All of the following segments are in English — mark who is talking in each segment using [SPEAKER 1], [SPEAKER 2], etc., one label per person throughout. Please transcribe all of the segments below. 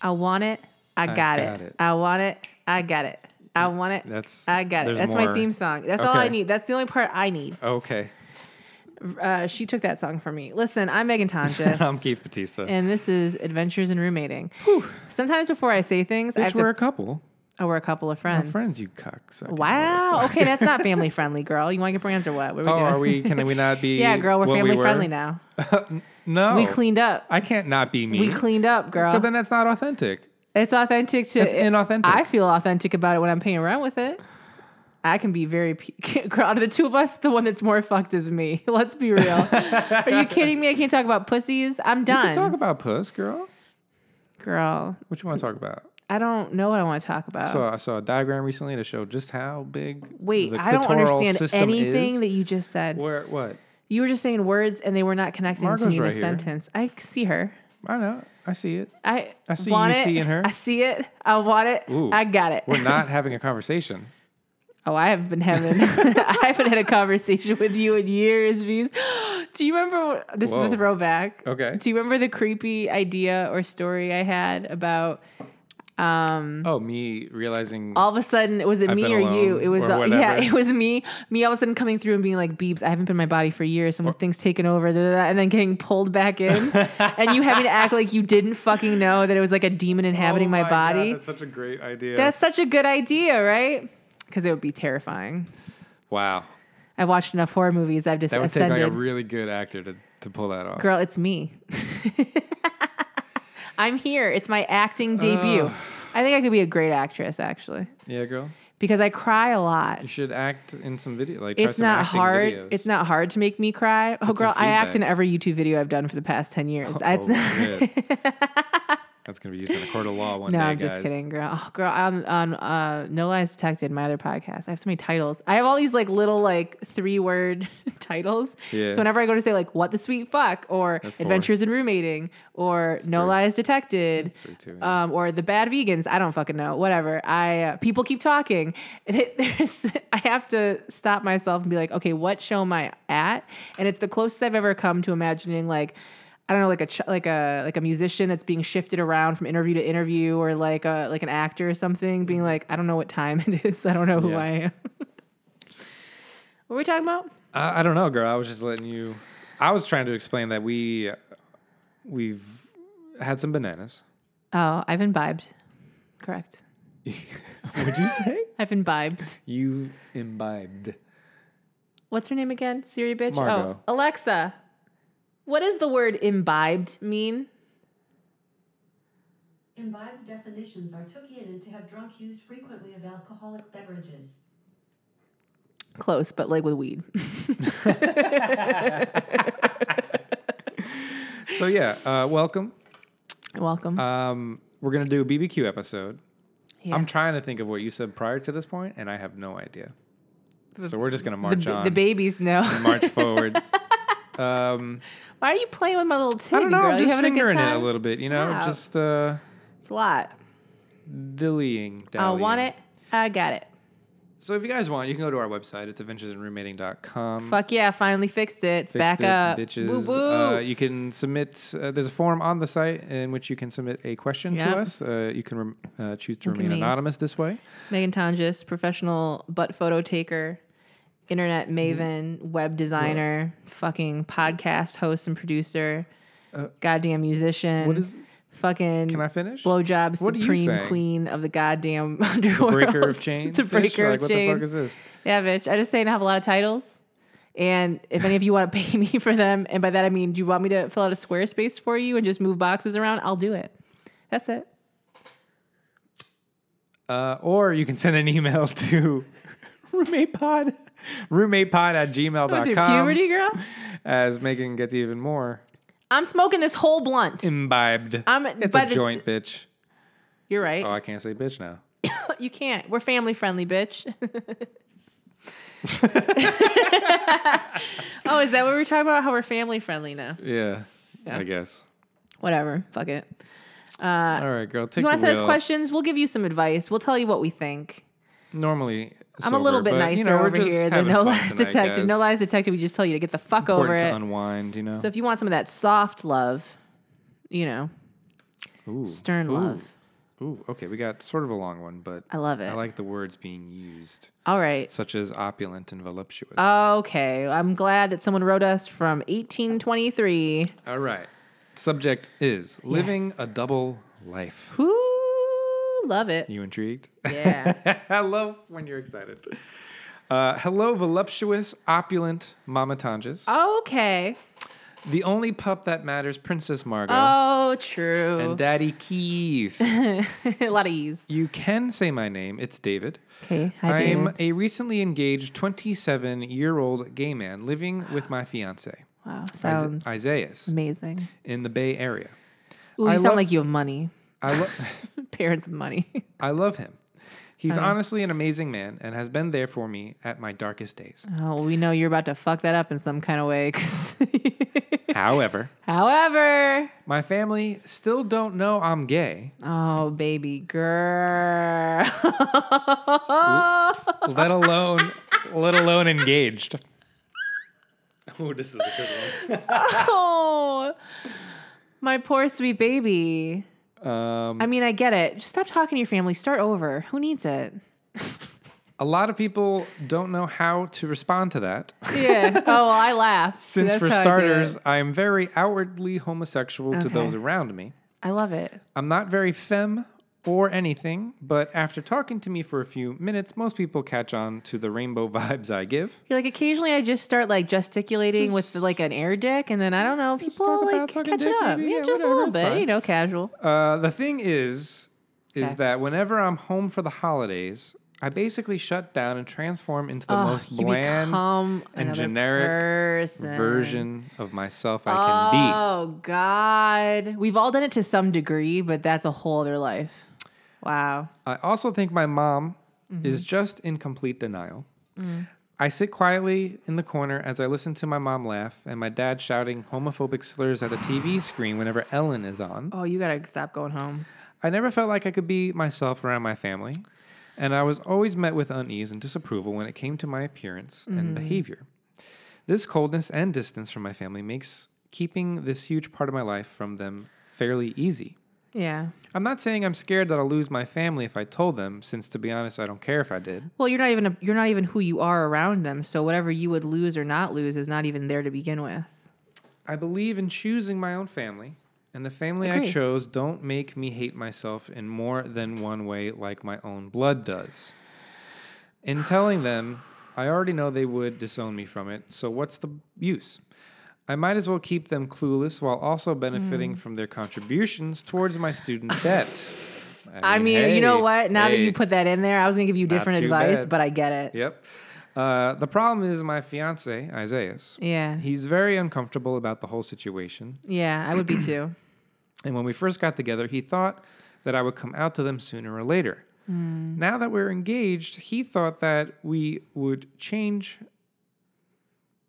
[SPEAKER 1] I want it. I got,
[SPEAKER 2] got
[SPEAKER 1] it.
[SPEAKER 2] it.
[SPEAKER 1] I want it. I got it. I want it.
[SPEAKER 2] That's-
[SPEAKER 1] I got it.
[SPEAKER 2] there's
[SPEAKER 1] That's
[SPEAKER 2] more.
[SPEAKER 1] my theme song. That's all I
[SPEAKER 2] Okay.
[SPEAKER 1] need. That's the only part I need.
[SPEAKER 2] Okay.
[SPEAKER 1] Uh, she took that song from me. Listen, I'm Megan
[SPEAKER 2] I'm
[SPEAKER 1] Tonjes,
[SPEAKER 2] Keith Batista.
[SPEAKER 1] and this is Adventures in Roommating. Sometimes before I say things, I
[SPEAKER 2] Bitch,
[SPEAKER 1] have
[SPEAKER 2] we're
[SPEAKER 1] to.
[SPEAKER 2] a couple.
[SPEAKER 1] Oh, we're a couple of
[SPEAKER 2] We're
[SPEAKER 1] friends.
[SPEAKER 2] friends, you cucks.
[SPEAKER 1] Wow. Okay, that's not family friendly, girl. You want to get brands or what? What are we
[SPEAKER 2] Oh,
[SPEAKER 1] doing?
[SPEAKER 2] are we? Can we not be?
[SPEAKER 1] yeah, girl, we're
[SPEAKER 2] what we
[SPEAKER 1] family
[SPEAKER 2] were?
[SPEAKER 1] friendly now.
[SPEAKER 2] No,
[SPEAKER 1] We cleaned up.
[SPEAKER 2] I can't not be me.
[SPEAKER 1] We cleaned up, girl.
[SPEAKER 2] But then that's not authentic.
[SPEAKER 1] It's authentic to.
[SPEAKER 2] It's inauthentic.
[SPEAKER 1] I feel authentic about it when I'm paying rent with it. I can be very pe- girl. Out of the two of us, the one that's more fucked is me. Let's be real. Are you kidding me? I can't talk about pussies. I'm
[SPEAKER 2] You
[SPEAKER 1] done,
[SPEAKER 2] can talk about puss, girl.
[SPEAKER 1] girl.
[SPEAKER 2] What you want to talk about?
[SPEAKER 1] I don't know what I want to talk about.
[SPEAKER 2] So I saw a diagram recently to show just how big.
[SPEAKER 1] Uh, Wait,
[SPEAKER 2] the
[SPEAKER 1] I don't
[SPEAKER 2] clitoral
[SPEAKER 1] understand
[SPEAKER 2] system
[SPEAKER 1] anything
[SPEAKER 2] is.
[SPEAKER 1] that you just said.
[SPEAKER 2] Where what?
[SPEAKER 1] You were just saying words, and they were not connecting to
[SPEAKER 2] Margo's
[SPEAKER 1] me in
[SPEAKER 2] right
[SPEAKER 1] a
[SPEAKER 2] here.
[SPEAKER 1] sentence. I see her.
[SPEAKER 2] I know. I see it.
[SPEAKER 1] I
[SPEAKER 2] I see
[SPEAKER 1] want
[SPEAKER 2] you
[SPEAKER 1] it.
[SPEAKER 2] seeing her.
[SPEAKER 1] I see it. I want it.
[SPEAKER 2] Ooh.
[SPEAKER 1] I got it.
[SPEAKER 2] We're not having a conversation.
[SPEAKER 1] Oh, I have been having. I haven't had a conversation with you in years, Bees. Do you remember? This
[SPEAKER 2] Whoa.
[SPEAKER 1] is a throwback.
[SPEAKER 2] Okay.
[SPEAKER 1] Do you remember the creepy idea or story I had about?
[SPEAKER 2] Oh, me realizing.
[SPEAKER 1] Mm-hmm. All of a sudden, was it
[SPEAKER 2] I've
[SPEAKER 1] me
[SPEAKER 2] been
[SPEAKER 1] or you?
[SPEAKER 2] alone,
[SPEAKER 1] It was
[SPEAKER 2] or
[SPEAKER 1] uh, yeah,
[SPEAKER 2] whatever.
[SPEAKER 1] it was me. Me all of a sudden coming through and being like, "Beebs, I haven't been in my body for years. Some things taken over," da, da, da, and then getting pulled back in, and you having to act like you didn't fucking know that it was like a demon inhabiting my, body.
[SPEAKER 2] Oh that's such a great idea.
[SPEAKER 1] That's such a good idea, right? Because it would be terrifying.
[SPEAKER 2] wow.
[SPEAKER 1] I've watched enough horror movies. I've just
[SPEAKER 2] That would
[SPEAKER 1] ascended.
[SPEAKER 2] take like a really good actor to, to pull that off.
[SPEAKER 1] Girl, it's me. I'm here. It's my acting debut. I think I could be a great actress, actually,
[SPEAKER 2] Yeah, girl.
[SPEAKER 1] because I cry a lot.
[SPEAKER 2] You should act in some video. Like try
[SPEAKER 1] It's
[SPEAKER 2] some
[SPEAKER 1] not
[SPEAKER 2] acting
[SPEAKER 1] hard.
[SPEAKER 2] videos.
[SPEAKER 1] It's not hard to make me cry. Oh, girl,
[SPEAKER 2] some
[SPEAKER 1] I act in
[SPEAKER 2] feedback.
[SPEAKER 1] every YouTube video I've done for the past ten years. It's
[SPEAKER 2] Oh,
[SPEAKER 1] not,
[SPEAKER 2] shit. That's gonna be used in a court of law one
[SPEAKER 1] no,
[SPEAKER 2] day,
[SPEAKER 1] I'm
[SPEAKER 2] guys.
[SPEAKER 1] just kidding, girl. Oh, girl, I'm on uh, No Lies Detected, my other podcast. I have so many titles. I have all these like little like three word titles.
[SPEAKER 2] Yeah.
[SPEAKER 1] So whenever I go to say like "What the Sweet Fuck" or
[SPEAKER 2] That's four.
[SPEAKER 1] "Adventures in Roommating" or "No
[SPEAKER 2] three.
[SPEAKER 1] Lies Detected,"
[SPEAKER 2] That's three, two, yeah.
[SPEAKER 1] um, or the bad vegans. I don't fucking know. Whatever. I uh, people keep talking. There's, I have to stop myself and be like, okay, what show am I at? And it's the closest I've ever come to imagining like. I don't know, like a ch- like a like a musician that's being shifted around from interview to interview, or like a like an actor or something, being like, I don't know what time it is, I don't know who
[SPEAKER 2] Yeah.
[SPEAKER 1] I am. what were we talking about?
[SPEAKER 2] I, I don't know, girl. I was just letting you. I was trying to explain that we we've had some bananas.
[SPEAKER 1] Oh, I've imbibed. Correct.
[SPEAKER 2] Would you say
[SPEAKER 1] I've imbibed.
[SPEAKER 2] you imbibed?
[SPEAKER 1] What's her name again? Siri bitch?
[SPEAKER 2] Margot.
[SPEAKER 1] Oh, Alexa. What does the word imbibed mean?
[SPEAKER 3] Imbibes definitions are took in and to have drunk used frequently of alcoholic beverages.
[SPEAKER 1] Close, but like with weed.
[SPEAKER 2] So yeah, uh, welcome.
[SPEAKER 1] Welcome.
[SPEAKER 2] Um, we're gonna do a BBQ episode.
[SPEAKER 1] Yeah.
[SPEAKER 2] I'm trying to think of what you said prior to this point, and I have no idea. So we're just gonna
[SPEAKER 1] the,
[SPEAKER 2] march
[SPEAKER 1] ba-
[SPEAKER 2] on,
[SPEAKER 1] the babies know.
[SPEAKER 2] march forward. um,
[SPEAKER 1] Why are you playing with my little titty?
[SPEAKER 2] I don't know.
[SPEAKER 1] Girl?
[SPEAKER 2] I'm
[SPEAKER 1] you
[SPEAKER 2] just
[SPEAKER 1] having
[SPEAKER 2] fingering
[SPEAKER 1] a good
[SPEAKER 2] it
[SPEAKER 1] time?
[SPEAKER 2] a little bit, you know,
[SPEAKER 1] Stop.
[SPEAKER 2] just uh,
[SPEAKER 1] it's a lot.
[SPEAKER 2] dillying.
[SPEAKER 1] I
[SPEAKER 2] dallying.
[SPEAKER 1] want it. I got it.
[SPEAKER 2] So if you guys want, you can go to our website. It's adventuresinroommating.com.
[SPEAKER 1] Fuck yeah! Finally fixed it. It's
[SPEAKER 2] Fixed
[SPEAKER 1] back
[SPEAKER 2] it,
[SPEAKER 1] up.
[SPEAKER 2] bitches.
[SPEAKER 1] Woo woo.
[SPEAKER 2] Uh, you can submit. Uh, there's a form on the site in which you can submit a question
[SPEAKER 1] Yeah.
[SPEAKER 2] to us. Uh, you can rem- uh, choose to
[SPEAKER 1] Look at
[SPEAKER 2] remain
[SPEAKER 1] me.
[SPEAKER 2] anonymous this way.
[SPEAKER 1] Megan Tonjes, professional butt photo taker, internet
[SPEAKER 2] Mm-hmm.
[SPEAKER 1] maven, web designer, fucking podcast host and producer, goddamn musician.
[SPEAKER 2] Uh, What is?
[SPEAKER 1] fucking
[SPEAKER 2] Can I finish?
[SPEAKER 1] blowjob
[SPEAKER 2] What are you
[SPEAKER 1] supreme
[SPEAKER 2] saying?
[SPEAKER 1] queen of the goddamn underworld?
[SPEAKER 2] breaker of chains.
[SPEAKER 1] the
[SPEAKER 2] bitch?
[SPEAKER 1] breaker
[SPEAKER 2] Like,
[SPEAKER 1] of
[SPEAKER 2] what
[SPEAKER 1] chains.
[SPEAKER 2] the fuck is this?
[SPEAKER 1] Yeah, bitch. I just say I have a lot of titles. And if any of you want to pay me for them, and by that I mean, do you want me to fill out a Squarespace for you and just move boxes around? I'll do it. That's it.
[SPEAKER 2] Uh, or you can send an email to roommatepod, roommatepod at
[SPEAKER 1] With your
[SPEAKER 2] gmail.com.
[SPEAKER 1] puberty, girl.
[SPEAKER 2] As Megan gets even more
[SPEAKER 1] I'm smoking this whole blunt.
[SPEAKER 2] imbibed.
[SPEAKER 1] I'm-
[SPEAKER 2] it's
[SPEAKER 1] but
[SPEAKER 2] a
[SPEAKER 1] it's-
[SPEAKER 2] joint, bitch.
[SPEAKER 1] You're
[SPEAKER 2] Oh,
[SPEAKER 1] right.
[SPEAKER 2] I can't say bitch now.
[SPEAKER 1] You can't. We're family friendly, bitch. oh, is that what we we're talking about? How we're family friendly now?
[SPEAKER 2] Yeah, I guess.
[SPEAKER 1] Whatever. Fuck it.
[SPEAKER 2] All right, girl. Take
[SPEAKER 1] Uh, You want to
[SPEAKER 2] the
[SPEAKER 1] send us
[SPEAKER 2] wheel.
[SPEAKER 1] questions? We'll give you some advice. We'll tell you what we think.
[SPEAKER 2] Normally,
[SPEAKER 1] I'm a little
[SPEAKER 2] sober,
[SPEAKER 1] bit
[SPEAKER 2] but,
[SPEAKER 1] nicer
[SPEAKER 2] you know, we're
[SPEAKER 1] over
[SPEAKER 2] just
[SPEAKER 1] here than
[SPEAKER 2] having
[SPEAKER 1] No
[SPEAKER 2] fun
[SPEAKER 1] Lies
[SPEAKER 2] tonight,
[SPEAKER 1] Detected. No
[SPEAKER 2] guys.
[SPEAKER 1] Lies Detected, we just tell you to get the fuck over
[SPEAKER 2] Important
[SPEAKER 1] it.
[SPEAKER 2] to unwind, you know.
[SPEAKER 1] so if you want some of that soft love, you know,
[SPEAKER 2] Ooh.
[SPEAKER 1] stern
[SPEAKER 2] Ooh.
[SPEAKER 1] love,
[SPEAKER 2] Ooh, okay. We got sort of a long one, but
[SPEAKER 1] I love it.
[SPEAKER 2] I like the words being used,
[SPEAKER 1] All right.
[SPEAKER 2] such as opulent and voluptuous.
[SPEAKER 1] Uh, Okay. I'm glad that someone wrote us from 1823.
[SPEAKER 2] All right. Subject is living
[SPEAKER 1] Yes.
[SPEAKER 2] a double life.
[SPEAKER 1] Ooh, love it.
[SPEAKER 2] You intrigued?
[SPEAKER 1] Yeah.
[SPEAKER 2] I love when you're excited. Uh, hello, voluptuous, opulent Mama
[SPEAKER 1] Uh,
[SPEAKER 2] Tanges.
[SPEAKER 1] okay.
[SPEAKER 2] the only pup that matters, Princess Margot.
[SPEAKER 1] Oh, true.
[SPEAKER 2] and Daddy Keith.
[SPEAKER 1] a lot of ease.
[SPEAKER 2] you can say my name. It's David.
[SPEAKER 1] Okay. Hi,
[SPEAKER 2] I'm
[SPEAKER 1] David.
[SPEAKER 2] a recently engaged 27 year old gay man living with my fiance,
[SPEAKER 1] Wow. Sounds
[SPEAKER 2] Isaiah,
[SPEAKER 1] amazing.
[SPEAKER 2] in the Bay Area.
[SPEAKER 1] Ooh, you
[SPEAKER 2] I
[SPEAKER 1] sound
[SPEAKER 2] love-
[SPEAKER 1] like you have money.
[SPEAKER 2] I, lo-
[SPEAKER 1] Parents with money.
[SPEAKER 2] I love him. He's
[SPEAKER 1] Uh-huh.
[SPEAKER 2] honestly an amazing man and has been there for me at my darkest days.
[SPEAKER 1] oh, we know you're about to fuck that up in some kind of way. 'cause-
[SPEAKER 2] However,
[SPEAKER 1] However,
[SPEAKER 2] my family still don't know I'm gay,
[SPEAKER 1] oh, baby girl.
[SPEAKER 2] let alone let alone engaged. Oh, this is a good one.
[SPEAKER 1] oh, my poor sweet baby.
[SPEAKER 2] Um,
[SPEAKER 1] I mean, I get it. Just stop talking to your family. Start over. Who needs it?
[SPEAKER 2] a lot of people don't know how to respond to that.
[SPEAKER 1] Yeah. oh, well, I laugh. See,
[SPEAKER 2] Since
[SPEAKER 1] that's
[SPEAKER 2] for
[SPEAKER 1] how I do
[SPEAKER 2] starters,
[SPEAKER 1] it.
[SPEAKER 2] I am very outwardly homosexual to
[SPEAKER 1] Okay.
[SPEAKER 2] those around me.
[SPEAKER 1] I love it.
[SPEAKER 2] I'm not very femme or anything, but after talking to me for a few minutes, most people catch on to the rainbow vibes I give.
[SPEAKER 1] You're like occasionally I just start like gesticulating with
[SPEAKER 2] Just-
[SPEAKER 1] like an air dick, and then I don't know people
[SPEAKER 2] talk about
[SPEAKER 1] like
[SPEAKER 2] sucking
[SPEAKER 1] catch
[SPEAKER 2] dick,
[SPEAKER 1] it up.
[SPEAKER 2] maybe.
[SPEAKER 1] Yeah,
[SPEAKER 2] Yeah,
[SPEAKER 1] just
[SPEAKER 2] whatever,
[SPEAKER 1] a little
[SPEAKER 2] it's
[SPEAKER 1] bit,
[SPEAKER 2] fine.
[SPEAKER 1] you know, casual.
[SPEAKER 2] Uh, the thing is, is
[SPEAKER 1] Okay.
[SPEAKER 2] that whenever I'm home for the holidays, I basically shut down and transform into the
[SPEAKER 1] Ugh,
[SPEAKER 2] most
[SPEAKER 1] Ah, you
[SPEAKER 2] bland
[SPEAKER 1] Oh, become
[SPEAKER 2] and
[SPEAKER 1] another
[SPEAKER 2] generic
[SPEAKER 1] person.
[SPEAKER 2] version of myself I can
[SPEAKER 1] Oh God, we've all done it to some degree, but that's a whole other life. Wow.
[SPEAKER 2] be. I also think my mom is
[SPEAKER 1] Mm-hmm.
[SPEAKER 2] just in complete denial.
[SPEAKER 1] Mm.
[SPEAKER 2] I sit quietly in the corner as I listen to my mom laugh and my dad shouting homophobic slurs at the TV screen whenever Ellen is on.
[SPEAKER 1] Oh, you gotta stop going home.
[SPEAKER 2] I never felt like I could be myself around my family, and I was always met with unease and disapproval when it came to my appearance and behavior. This coldness and distance from my family makes keeping this huge part of my life from them fairly easy.
[SPEAKER 1] Yeah.
[SPEAKER 2] I'm not saying I'm scared that I'll lose my family if I told them, since to be honest, I don't care if I did.
[SPEAKER 1] Well, you're not even a, you're not even who you are around them. So whatever you would lose or not lose is not even there to begin with.
[SPEAKER 2] I believe in choosing my own family, and the family I
[SPEAKER 1] Agree.
[SPEAKER 2] chose don't make me hate myself in more than one way like my own blood does. In telling them, I already know they would disown me from it, so what's the use? I might as well keep them clueless while also
[SPEAKER 1] Hmm.
[SPEAKER 2] benefiting from their contributions towards my student debt.
[SPEAKER 1] I mean, you know
[SPEAKER 2] hey,
[SPEAKER 1] what? Now that
[SPEAKER 2] hey.
[SPEAKER 1] you put that in there, I was gonna give you different
[SPEAKER 2] too
[SPEAKER 1] advice,
[SPEAKER 2] bad.
[SPEAKER 1] but I get it.
[SPEAKER 2] Yep. Uh, the problem is my fiance, Isaias.
[SPEAKER 1] Yeah.
[SPEAKER 2] He's very uncomfortable about the whole situation.
[SPEAKER 1] Yeah, I would be too.
[SPEAKER 2] And when we first got together, he thought that I would come out to them sooner or later. Now that we're engaged, he thought that we would change.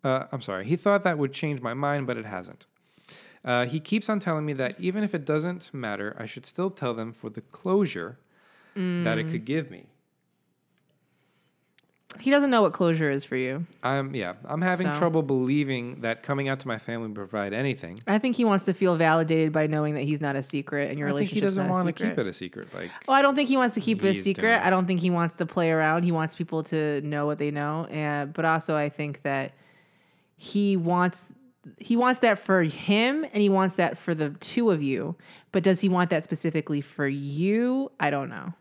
[SPEAKER 2] Uh, I'm sorry, he thought that would change my mind, but it hasn't. Uh, he keeps on telling me that even if it doesn't matter, I should still tell them for the closure that it could give me.
[SPEAKER 1] He doesn't know what closure is for you.
[SPEAKER 2] I'm yeah, I'm having
[SPEAKER 1] So?
[SPEAKER 2] trouble believing that coming out to my family would provide anything.
[SPEAKER 1] I think he wants to feel validated by knowing that he's not a secret and your
[SPEAKER 2] I think
[SPEAKER 1] relationship.
[SPEAKER 2] he doesn't
[SPEAKER 1] want to
[SPEAKER 2] keep it a secret. Like
[SPEAKER 1] Well, I don't think he wants to keep it a
[SPEAKER 2] He's
[SPEAKER 1] secret.
[SPEAKER 2] doing it.
[SPEAKER 1] I don't think he wants to play around. He wants people to know what they know. And but also I think that he wants he wants that for him and he wants that for the two of you. But does he want that specifically for you? I don't know.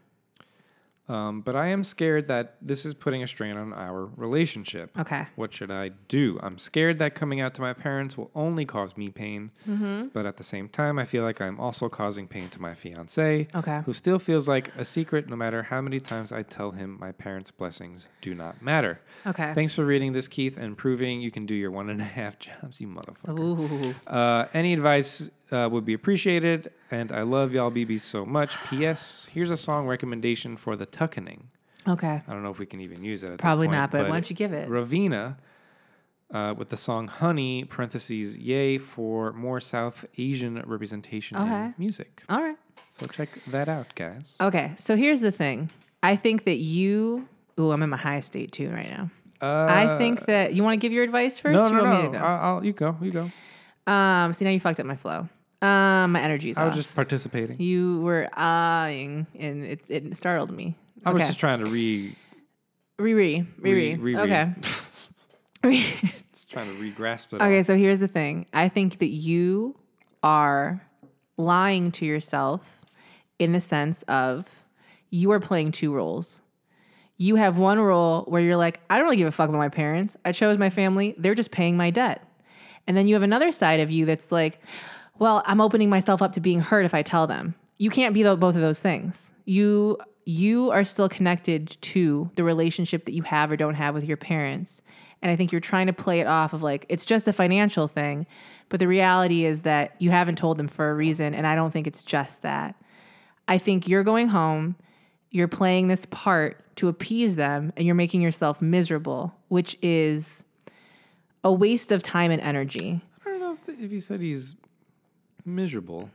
[SPEAKER 2] Um, but I am scared that this is putting a strain on our relationship.
[SPEAKER 1] Okay.
[SPEAKER 2] What should I do? I'm scared that coming out to my parents will only cause me pain.
[SPEAKER 1] Mm-hmm.
[SPEAKER 2] But at the same time, I feel like I'm also causing pain to my fiance,
[SPEAKER 1] Okay.
[SPEAKER 2] who still feels like a secret no matter how many times I tell him my parents' blessings do not matter.
[SPEAKER 1] Okay.
[SPEAKER 2] Thanks for reading this, Keith, and proving you can do your one and a half jobs, you motherfucker.
[SPEAKER 1] Ooh.
[SPEAKER 2] Uh, any advice uh, would be appreciated, and I love y'all BBs so much. P.S. Here's a song recommendation for the Tuckening.
[SPEAKER 1] Okay.
[SPEAKER 2] I don't know if we can even use it. At
[SPEAKER 1] Probably
[SPEAKER 2] this point,
[SPEAKER 1] not, but why don't you give it?
[SPEAKER 2] Ravina uh, with the song "Honey" (parentheses Yay) for more South Asian representation
[SPEAKER 1] Okay.
[SPEAKER 2] in music.
[SPEAKER 1] All right.
[SPEAKER 2] So check that out, guys.
[SPEAKER 1] Okay. So here's the thing. I think that you Ooh, I'm in my high state too right now.
[SPEAKER 2] Uh,
[SPEAKER 1] I think that you want to give your advice first?
[SPEAKER 2] no,
[SPEAKER 1] you
[SPEAKER 2] no,
[SPEAKER 1] want
[SPEAKER 2] no.
[SPEAKER 1] me to go?
[SPEAKER 2] I'll, I'll, you go, you go.
[SPEAKER 1] Um, see now you fucked up my flow. Uh, my energy's
[SPEAKER 2] I was
[SPEAKER 1] off.
[SPEAKER 2] just participating.
[SPEAKER 1] you were ahing, and it, it startled me.
[SPEAKER 2] I was
[SPEAKER 1] Okay.
[SPEAKER 2] just trying to re,
[SPEAKER 1] Riri,
[SPEAKER 2] re,
[SPEAKER 1] Riri, okay. Re-
[SPEAKER 2] just trying to re-grasp it.
[SPEAKER 1] okay,
[SPEAKER 2] all.
[SPEAKER 1] so here's the thing. I think that you are lying to yourself in the sense of you are playing two roles. You have one role where you're like, I don't really give a fuck about my parents. I chose my family. They're just paying my debt. And then you have another side of you that's like, well, I'm opening myself up to being hurt if I tell them. You can't be tho- both of those things. You you are still connected to the relationship that you have or don't have with your parents. And I think you're trying to play it off of like it's just a financial thing, but the reality is that you haven't told them for a reason and I don't think it's just that. I think you're going home, you're playing this part to appease them and you're making yourself miserable, which is a waste of time and energy.
[SPEAKER 2] I don't know if, if he said he's miserable.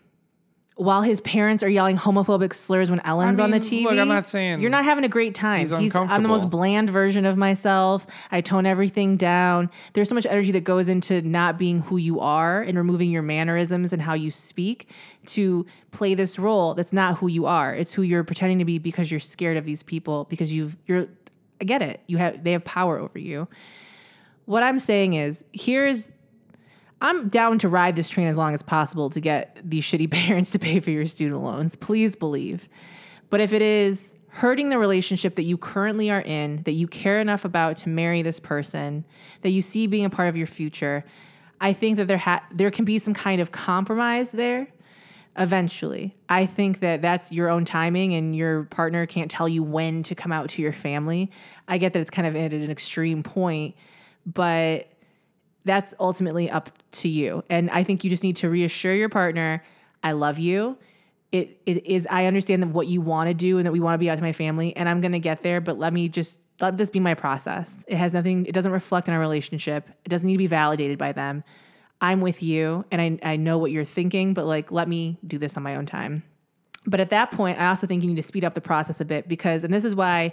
[SPEAKER 1] while his parents are yelling homophobic slurs when Ellen's on the TV.
[SPEAKER 2] mean, look, I'm not saying-
[SPEAKER 1] you're not having a great time.
[SPEAKER 2] He's
[SPEAKER 1] I'm the
[SPEAKER 2] uncomfortable.
[SPEAKER 1] most bland version of myself. I tone everything down. There's so much energy that goes into not being who you are and removing your mannerisms and how you speak to play this role that's not who you are. It's who you're pretending to be because you're scared of these people because you've you're I get it. You have they have power over you. What I'm saying is, here's I'm down to ride this train as long as possible to get these shitty parents to pay for your student loans. Please believe. But if it is hurting the relationship that you currently are in, that you care enough about to marry this person, that you see being a part of your future, I think that there ha- there can be some kind of compromise there eventually. I think that that's your own timing and your partner can't tell you when to come out to your family. I get that it's kind of at an extreme point, but that's ultimately up to you. And I think you just need to reassure your partner, I love you. It it is I understand that what you want to do and that we want to be out to my family and I'm going to get there, but let me just let this be my process. It has nothing it doesn't reflect on our relationship. It doesn't need to be validated by them. I'm with you and I I know what you're thinking, but like let me do this on my own time. But at that point, I also think you need to speed up the process a bit because and this is why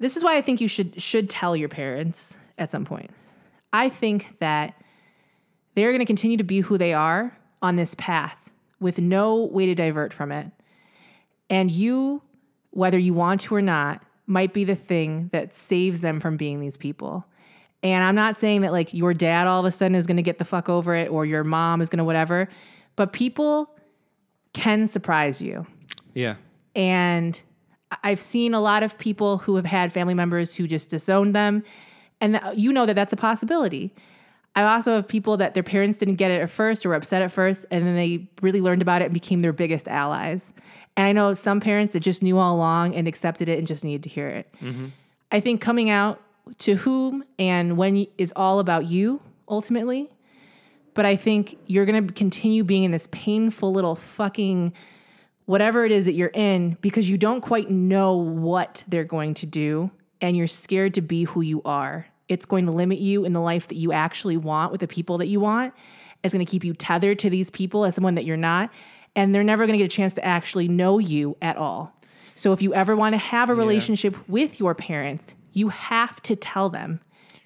[SPEAKER 1] this is why I think you should should tell your parents at some point. I think that they're going to continue to be who they are on this path with no way to divert from it. And you, whether you want to or not, might be the thing that saves them from being these people. And I'm not saying that like your dad all of a sudden is going to get the fuck over it or your mom is going to whatever, but people can surprise you.
[SPEAKER 2] Yeah.
[SPEAKER 1] And I- I've seen a lot of people who have had family members who just disowned them. And th- you know that that's a possibility. I also have people that their parents didn't get it at first or were upset at first, and then they really learned about it and became their biggest allies. And I know some parents that just knew all along and accepted it and just needed to hear it. I think coming out to whom and when y- is all about you ultimately. But I think you're going to continue being in this painful little fucking whatever it is that you're in because you don't quite know what they're going to do and you're scared to be who you are. It's going to limit you in the life that you actually want with the people that you want. It's going to keep you tethered to these people as someone that you're not. And they're never going to get a chance to actually know you at all. So if you ever want to have a relationship with your parents, you have to tell them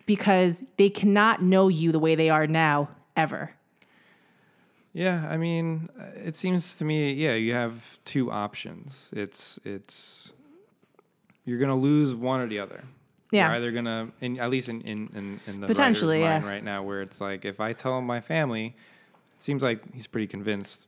[SPEAKER 1] because they cannot know you the way they are now ever.
[SPEAKER 2] Yeah, I mean, uh, it seems to me, yeah, you have two options. It's it's you're gonna lose one or the other.
[SPEAKER 1] Yeah.
[SPEAKER 2] You're either gonna, in, at least in in in, in
[SPEAKER 1] Potentially,
[SPEAKER 2] the potentially
[SPEAKER 1] yeah.
[SPEAKER 2] mind right now, where it's like if I tell my family, it seems like he's pretty convinced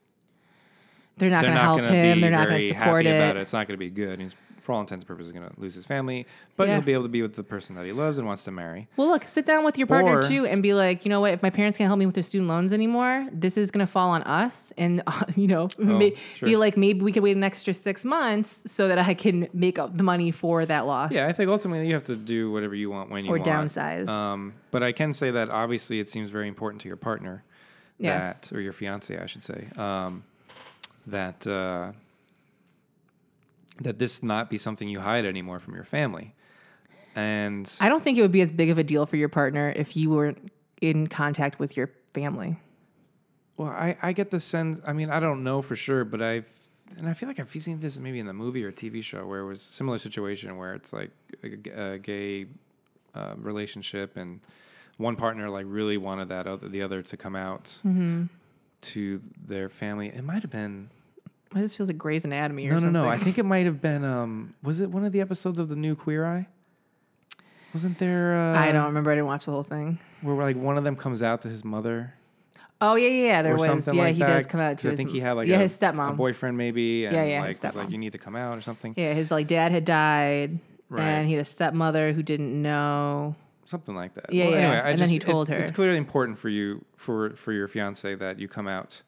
[SPEAKER 1] They're not
[SPEAKER 2] they're
[SPEAKER 1] going to
[SPEAKER 2] not
[SPEAKER 1] help
[SPEAKER 2] gonna
[SPEAKER 1] him.
[SPEAKER 2] be
[SPEAKER 1] They're not going
[SPEAKER 2] very
[SPEAKER 1] to support
[SPEAKER 2] happy
[SPEAKER 1] it.
[SPEAKER 2] about it. It's not gonna be good. He's for all intents and purposes gonna lose his family, but
[SPEAKER 1] Yeah.
[SPEAKER 2] he'll be able to be with the person that he loves and wants to marry.
[SPEAKER 1] Well, look, sit down with your partner
[SPEAKER 2] Or-
[SPEAKER 1] too and be like, you know what? If my parents can't help me with their student loans anymore, this is going to fall on us. And, uh, you know, ma-
[SPEAKER 2] Oh, sure.
[SPEAKER 1] be like, maybe we could wait an extra six months so that I can make up the money for that loss.
[SPEAKER 2] Yeah, I think ultimately you have to do whatever you want when you
[SPEAKER 1] Or
[SPEAKER 2] want.
[SPEAKER 1] downsize.
[SPEAKER 2] Um, but I can say that obviously it seems very important to your partner,
[SPEAKER 1] Yes.
[SPEAKER 2] that or your fiance, I should say, um, that uh, that this not be something you hide anymore from your family. And
[SPEAKER 1] I don't think it would be as big of a deal for your partner if you weren't in contact with your family.
[SPEAKER 2] well, I, I get the sense. I mean, I don't know for sure, but I've and I feel like I've seen this maybe in the movie or TV show where it was a similar situation where it's like a, g- a gay uh,
[SPEAKER 1] Mm-hmm.
[SPEAKER 2] relationship and one partner like really wanted that other the other to come out to their family. It might have been
[SPEAKER 1] Why this feels like Grey's Anatomy or
[SPEAKER 2] no, no,
[SPEAKER 1] something.
[SPEAKER 2] no. I think it might have been. Um, was it one of the episodes of the new Queer Eye? Wasn't there? Uh,
[SPEAKER 1] I don't remember. I didn't watch the whole thing.
[SPEAKER 2] Where like one of them comes out to his mother
[SPEAKER 1] Oh yeah, yeah, yeah. There
[SPEAKER 2] or
[SPEAKER 1] was.
[SPEAKER 2] something
[SPEAKER 1] Yeah,
[SPEAKER 2] like
[SPEAKER 1] he
[SPEAKER 2] that.
[SPEAKER 1] does come out
[SPEAKER 2] 'cause
[SPEAKER 1] to
[SPEAKER 2] I
[SPEAKER 1] his.
[SPEAKER 2] think he had like
[SPEAKER 1] yeah,
[SPEAKER 2] a,
[SPEAKER 1] his
[SPEAKER 2] a
[SPEAKER 1] stepmom.
[SPEAKER 2] boyfriend maybe, and
[SPEAKER 1] Yeah, yeah,
[SPEAKER 2] like
[SPEAKER 1] his
[SPEAKER 2] was like
[SPEAKER 1] stepmom.
[SPEAKER 2] you need to come out or something,
[SPEAKER 1] Yeah, his like dad had died,
[SPEAKER 2] Right.
[SPEAKER 1] and he had a stepmother who didn't know.
[SPEAKER 2] something like that.
[SPEAKER 1] Yeah,
[SPEAKER 2] well,
[SPEAKER 1] yeah,
[SPEAKER 2] Anyway, I
[SPEAKER 1] and then
[SPEAKER 2] just-
[SPEAKER 1] he
[SPEAKER 2] it-
[SPEAKER 1] told
[SPEAKER 2] It's
[SPEAKER 1] her.
[SPEAKER 2] clearly important for you for for your fiance that you come out.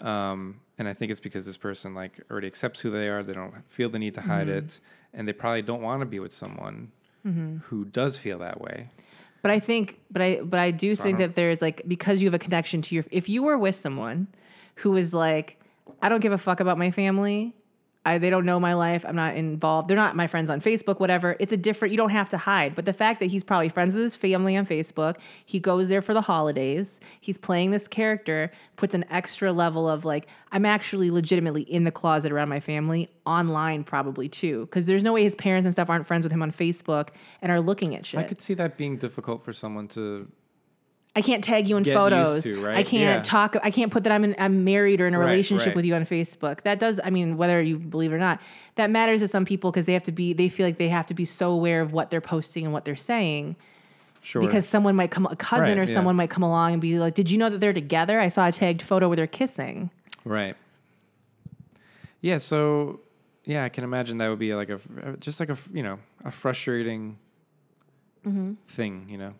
[SPEAKER 2] Um, and I think it's because this person like already accepts who they are. They don't feel the need to hide
[SPEAKER 1] Mm-hmm.
[SPEAKER 2] it, and they probably don't want to be with someone who does feel that way.
[SPEAKER 1] But I think, but I, but I do
[SPEAKER 2] So I
[SPEAKER 1] think
[SPEAKER 2] don't-
[SPEAKER 1] that there is like because you have a connection to your. If you were with someone who was like, I don't give a fuck about my family. I, they don't know my life. I'm not involved. They're not my friends on Facebook, whatever. It's a different, you don't have to hide. But the fact that he's probably friends with his family on Facebook, he goes there for the holidays, he's playing this character, puts an extra level of like, I'm actually legitimately in the closet around my family, online probably too. Cause there's no way his parents and stuff aren't friends with him on Facebook and are looking at shit.
[SPEAKER 2] I could see that being difficult for someone to
[SPEAKER 1] I can't tag you in
[SPEAKER 2] Get used
[SPEAKER 1] photos.
[SPEAKER 2] to, right?
[SPEAKER 1] I can't
[SPEAKER 2] Yeah.
[SPEAKER 1] talk. I can't put that I'm in, I'm married or in a
[SPEAKER 2] Right,
[SPEAKER 1] relationship
[SPEAKER 2] right.
[SPEAKER 1] with you on Facebook. That does. I mean, whether you believe it or not, that matters to some people because they have to be. They feel like they have to be so aware of what they're posting and what they're saying
[SPEAKER 2] sure
[SPEAKER 1] because someone might come, a cousin
[SPEAKER 2] Right,
[SPEAKER 1] or
[SPEAKER 2] yeah.
[SPEAKER 1] someone might come along and be like, "Did you know that they're together? I saw a tagged photo where they're kissing."
[SPEAKER 2] Right. Yeah. So, yeah, I can imagine that would be like a just like a you know a frustrating
[SPEAKER 1] Mm-hmm.
[SPEAKER 2] thing. You know.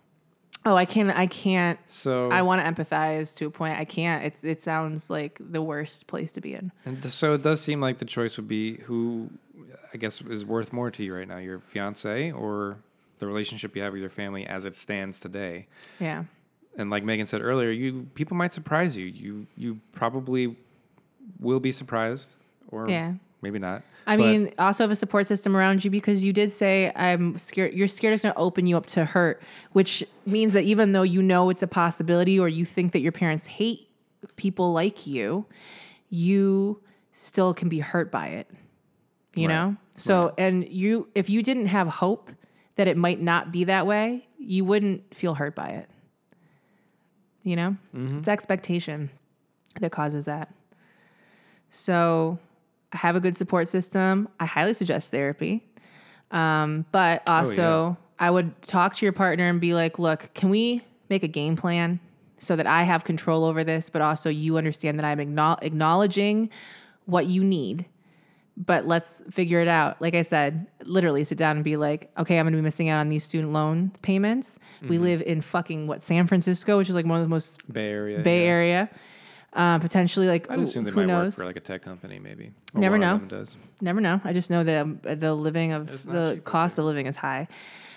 [SPEAKER 1] Oh, I can't. I can't.
[SPEAKER 2] So
[SPEAKER 1] I want to empathize to a point. I can't. It's. It sounds like the worst place to be in.
[SPEAKER 2] and so it does seem like the choice would be who I guess is worth more to you right now, your fiance or the relationship you have with your family as it stands today.
[SPEAKER 1] Yeah.
[SPEAKER 2] and like Megan said earlier, you people might surprise you. You you probably will be surprised, or
[SPEAKER 1] Yeah.
[SPEAKER 2] maybe not.
[SPEAKER 1] I
[SPEAKER 2] But-
[SPEAKER 1] mean, also have a support system around you because you did say I'm scared. You're scared it's going to open you up to hurt, which means that even though you know it's a possibility, or you think that your parents hate people like you, you still can be hurt by it. You
[SPEAKER 2] Right,
[SPEAKER 1] know, so and you, if you didn't have hope that it might not be that way, you wouldn't feel hurt by it. You know,
[SPEAKER 2] Mm-hmm.
[SPEAKER 1] it's expectation that causes that. So I have a good support system. I highly suggest therapy. Um, but
[SPEAKER 2] Oh,
[SPEAKER 1] also, I would talk to your partner and be like, look, can we make a game plan so that I have control over this, but also you understand that I'm acknow- acknowledging what you need? But let's figure it out. Like I said, literally sit down and be like, okay, I'm gonna be missing out on these student loan payments. We
[SPEAKER 2] Mm-hmm.
[SPEAKER 1] live in fucking what, San Francisco, which is like one of the most
[SPEAKER 2] Bay Area.
[SPEAKER 1] Bay
[SPEAKER 2] yeah.
[SPEAKER 1] Area. Uh, potentially, like
[SPEAKER 2] I'd assume they
[SPEAKER 1] who
[SPEAKER 2] might
[SPEAKER 1] knows?
[SPEAKER 2] work for like a tech company, maybe. Or
[SPEAKER 1] Never
[SPEAKER 2] one
[SPEAKER 1] know.
[SPEAKER 2] Of them does.
[SPEAKER 1] Never know. I just know that um, the living of
[SPEAKER 2] It's not
[SPEAKER 1] the
[SPEAKER 2] cheap up
[SPEAKER 1] cost of living is high,